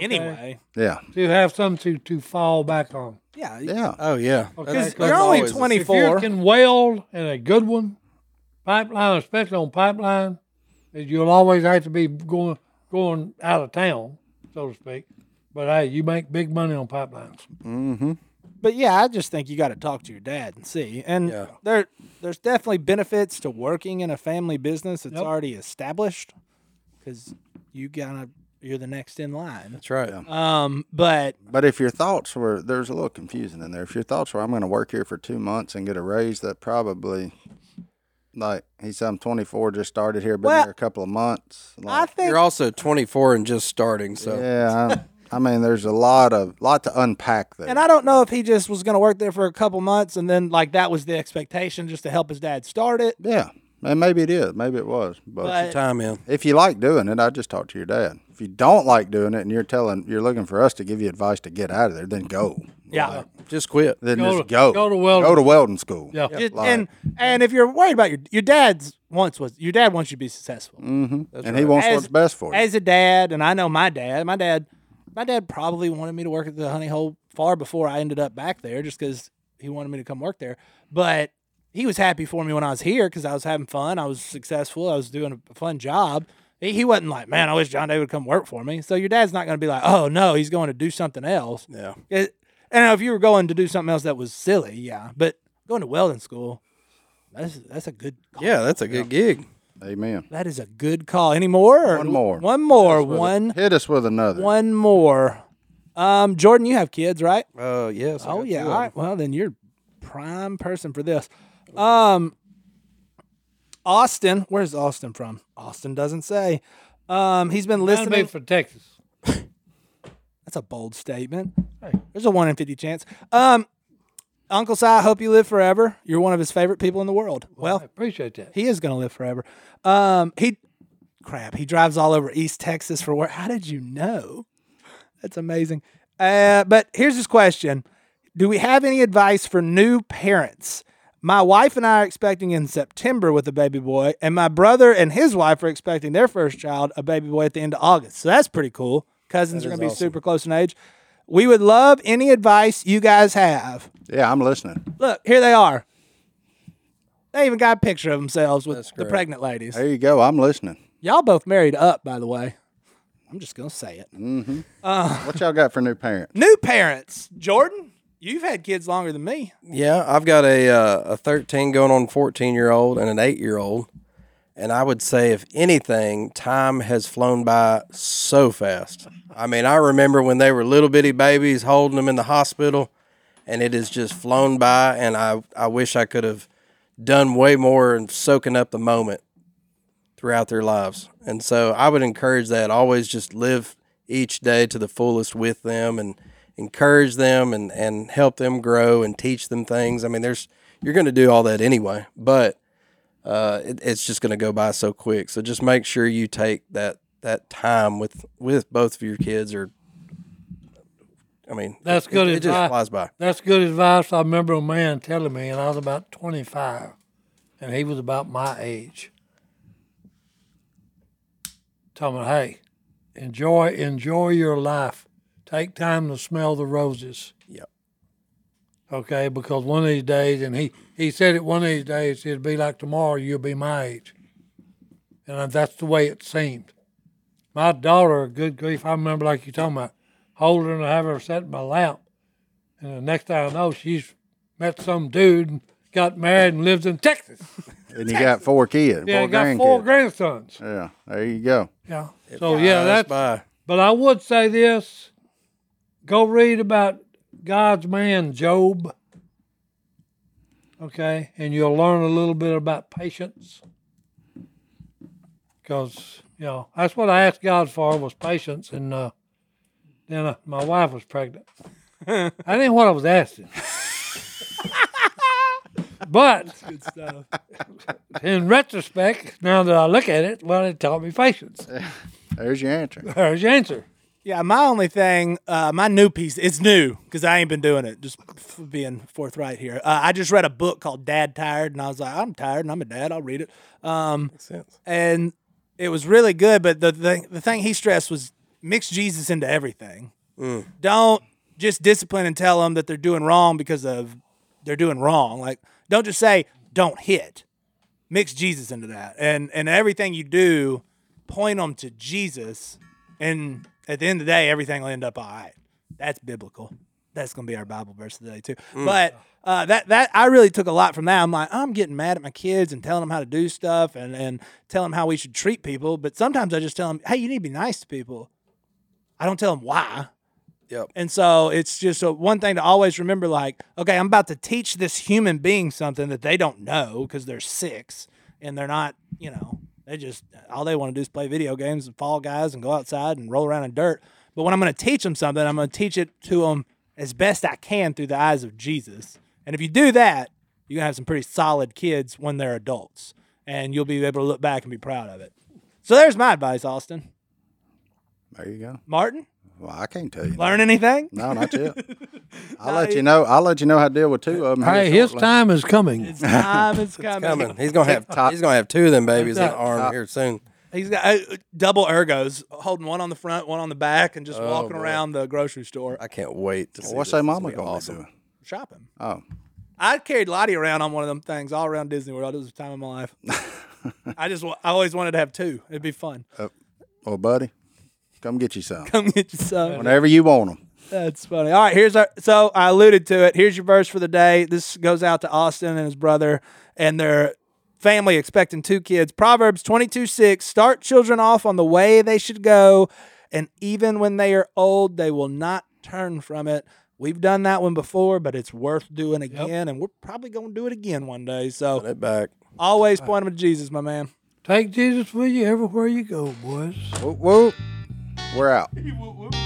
[SPEAKER 1] Anyway,
[SPEAKER 3] yeah.
[SPEAKER 4] to have something to, to fall back on.
[SPEAKER 1] yeah,
[SPEAKER 3] Yeah.
[SPEAKER 2] Oh yeah,
[SPEAKER 4] Okay,
[SPEAKER 2] That's-
[SPEAKER 4] you're
[SPEAKER 2] that's
[SPEAKER 1] only
[SPEAKER 2] always a-
[SPEAKER 1] 20
[SPEAKER 4] If you
[SPEAKER 1] 24.
[SPEAKER 4] can weld and a good one, pipeline, especially on pipeline, is you'll always have to be going going out of town, so to speak. But hey, you make big money on pipelines.
[SPEAKER 1] But yeah, I just think you got to talk to your dad and see. And
[SPEAKER 2] Yeah.
[SPEAKER 1] there, there's definitely benefits to working in a family business that's
[SPEAKER 4] Yep.
[SPEAKER 1] already established, because you gotta you're the next in line.
[SPEAKER 2] That's right.
[SPEAKER 1] Um, but
[SPEAKER 3] But if your thoughts were, there's a little confusing in there. If your thoughts were, I'm going to work here for two months and get a raise, that probably, like he said, I'm 24, just started here, been
[SPEAKER 1] Well,
[SPEAKER 3] there a couple of months.
[SPEAKER 1] I
[SPEAKER 3] Like,
[SPEAKER 1] think
[SPEAKER 2] You're also 24 and just starting, so
[SPEAKER 3] yeah, I, I mean, there's a lot of lot to unpack there.
[SPEAKER 1] And I don't know if he just was going to work there for a couple months and then like that was the expectation just to help his dad start it.
[SPEAKER 3] yeah, and maybe it is, maybe it was, but
[SPEAKER 1] But
[SPEAKER 2] time in.
[SPEAKER 3] If you like doing it, I just talk to your dad. If you don't like doing it and you're telling you're looking for us to give you advice to get out of there, then go.
[SPEAKER 1] yeah.
[SPEAKER 3] Like,
[SPEAKER 2] Just quit.
[SPEAKER 3] then
[SPEAKER 4] Go
[SPEAKER 3] just
[SPEAKER 4] to-
[SPEAKER 3] go.
[SPEAKER 4] go to welding.
[SPEAKER 3] Go to welding school.
[SPEAKER 4] Yeah.
[SPEAKER 1] Just-
[SPEAKER 3] like-
[SPEAKER 1] and and if you're worried about your your dad's once was your dad wants you to be successful.
[SPEAKER 3] and he wants what's best for you.
[SPEAKER 1] As a dad, and I know my dad, my dad my dad probably wanted me to work at the honey hole far before I ended up back there just cuz he wanted me to come work there. But he was happy for me when I was here cuz I was having fun, I was successful, I was doing a fun job. He, he wasn't like, "Man, I wish John Day would come work for me." So your dad's not going to be like, "Oh no, he's going to do something else."
[SPEAKER 2] Yeah.
[SPEAKER 1] It, and if you were going to do something else that was silly, yeah. But going to welding school, that's that's a good call.
[SPEAKER 2] Yeah, that's a good gig.
[SPEAKER 3] Amen.
[SPEAKER 1] That is a good call. Any more? or-
[SPEAKER 3] One more.
[SPEAKER 1] One more.
[SPEAKER 3] With a-
[SPEAKER 1] One.
[SPEAKER 3] Hit us with another.
[SPEAKER 1] One more. Um, Jordan, you have kids, right?
[SPEAKER 2] Oh, yes. I
[SPEAKER 1] Oh
[SPEAKER 2] got
[SPEAKER 1] yeah.
[SPEAKER 2] two
[SPEAKER 1] All
[SPEAKER 2] of
[SPEAKER 1] right. Well, then you're prime person for this. Um, Austin, where's Austin from? Austin doesn't say. Um, he's been
[SPEAKER 4] That'd be
[SPEAKER 1] listening.
[SPEAKER 4] for Texas.
[SPEAKER 1] That's a bold statement.
[SPEAKER 4] Hey.
[SPEAKER 1] There's a one in fifty chance. Um, Uncle Si, I hope you live forever. You're one of his favorite people in the world. Well,
[SPEAKER 4] I appreciate that.
[SPEAKER 1] He is going to live forever. Um, he, crap, he drives all over East Texas for work. How did you know? That's amazing. Uh, but here's his question Do we have any advice for new parents? My wife and I are expecting in September with a baby boy, and my brother and his wife are expecting their first child, a baby boy, at the end of August. So that's pretty cool. Cousins are going to be super close in age. We would love any advice you guys have.
[SPEAKER 3] Yeah, I'm listening.
[SPEAKER 1] Look, here they are. They even got a picture of themselves with the
[SPEAKER 2] great.
[SPEAKER 1] pregnant ladies.
[SPEAKER 3] There you go. I'm listening.
[SPEAKER 1] Y'all both married up, by the way. I'm just gonna say it.
[SPEAKER 3] What y'all got for new parents?
[SPEAKER 1] New parents, Jordan. You've had kids longer than me.
[SPEAKER 2] Yeah, I've got a uh, a 13 going on 14 year old and an 8 year old. And I would say if anything, time has flown by so fast. I mean, I remember when they were little bitty babies holding them in the hospital and it has just flown by and I I wish I could have done way more and soaking up the moment throughout their lives. And so I would encourage that always just live each day to the fullest with them and encourage them and, and help them grow and teach them things. I mean, there's, you're going to do all that anyway, but uh, it, it's just going to go by so quick. So just make sure you take that, that time with, with both of your kids or, I mean,
[SPEAKER 4] That's
[SPEAKER 2] it-
[SPEAKER 4] good
[SPEAKER 2] It, it just
[SPEAKER 4] advice.
[SPEAKER 2] flies by.
[SPEAKER 4] That's good advice. I remember a man telling me, and I was about 25, and he was about my age. Telling me, hey, enjoy enjoy your life. Take time to smell the roses.
[SPEAKER 2] Yep.
[SPEAKER 4] Okay, because one of these days, and he, he said it one of these days, it'd be like tomorrow, you'll be my age. And that's the way it seemed. My daughter, good grief, I remember like you talking about, holding her and having her set in my lap. And the next thing I know, she's met some dude and got married and lives in Texas.
[SPEAKER 3] And you got four kids.
[SPEAKER 4] Yeah,
[SPEAKER 3] four
[SPEAKER 4] got
[SPEAKER 3] grandkids.
[SPEAKER 4] four grandsons.
[SPEAKER 3] yeah, there you go.
[SPEAKER 4] Yeah. So yeah, that's.
[SPEAKER 2] by.
[SPEAKER 4] But I would say this: go read about God's man Job. Okay, and you'll learn a little bit about patience. Because you know that's what I asked God for was patience, and uh, then uh, my wife was pregnant. I didn't what I was asking. But
[SPEAKER 1] Good stuff.
[SPEAKER 4] in retrospect, now that I look at it, well, it taught me patience.
[SPEAKER 3] There's your answer.
[SPEAKER 4] There's your answer.
[SPEAKER 1] yeah, my only thing, uh, my new piece, it's new because I ain't been doing it. Just f- being forthright here. Uh, I just read a book called Dad Tired, and I was like, I'm tired, and I'm a dad. I'll read it. Um,
[SPEAKER 2] Sense.
[SPEAKER 1] and it was really good. But the thing, the thing he stressed was mix Jesus into everything. Don't just discipline and tell them that they're doing wrong because of they're doing wrong. Like, don't just say don't hit. mix Jesus into that, and and everything you do, point them to Jesus, and at the end of the day, everything will end up all right. That's biblical. That's gonna be our Bible verse today too. But uh, that that I really took a lot from that. I'm like, I'm getting mad at my kids and telling them how to do stuff and and telling them how we should treat people. But sometimes I just tell them, hey, you need to be nice to people. I don't tell them why.
[SPEAKER 2] Yep.
[SPEAKER 1] And so it's just a, one thing to always remember like, okay, I'm about to teach this human being something that they don't know because they're six and they're not, you know, they just, all they want to do is play video games and fall guys and go outside and roll around in dirt. But when I'm going to teach them something, I'm going to teach it to them as best I can through the eyes of Jesus. And if you do that, you're going to have some pretty solid kids when they're adults and you'll be able to look back and be proud of it. So there's my advice, Austin.
[SPEAKER 3] There you go.
[SPEAKER 1] Martin,
[SPEAKER 3] Well, I can't tell you.
[SPEAKER 1] learn anything?
[SPEAKER 3] No, not yet. I'll let you know. I'll let you know how to deal with two of them.
[SPEAKER 4] Hey, his time is coming.
[SPEAKER 1] It's time is coming.
[SPEAKER 2] Coming. He's gonna have he's gonna have two of them babies in the arm here soon.
[SPEAKER 1] He's got uh, double ergos, holding one on the front, one on the back, and just walking around the grocery store
[SPEAKER 2] I can't wait to see.
[SPEAKER 3] What's
[SPEAKER 2] this.
[SPEAKER 3] their
[SPEAKER 2] It's
[SPEAKER 3] mama
[SPEAKER 2] gonna be
[SPEAKER 3] going
[SPEAKER 2] awesome.
[SPEAKER 3] to do?
[SPEAKER 1] shopping.
[SPEAKER 3] Oh,
[SPEAKER 1] I carried Lottie around on one of them things all around Disney World. It was a time in my life. I just wa- I always wanted to have two. It'd be fun.
[SPEAKER 3] well, Oh, buddy, come get you some
[SPEAKER 1] Come get you some.
[SPEAKER 3] whenever you want them.
[SPEAKER 1] That's funny. All right, here's our. So I alluded to it. Here's your verse for the day. This goes out to Austin and his brother and their family expecting two kids. Proverbs 22 6 Start children off on the way they should go, and even when they are old, they will not turn from it. We've done that one before, but it's worth doing again, and we're probably going to do it again one day. So
[SPEAKER 2] Put it back.
[SPEAKER 1] always point them to Jesus, my man.
[SPEAKER 4] Take Jesus with you everywhere you go, boys.
[SPEAKER 3] Whoop, whoop. We're out.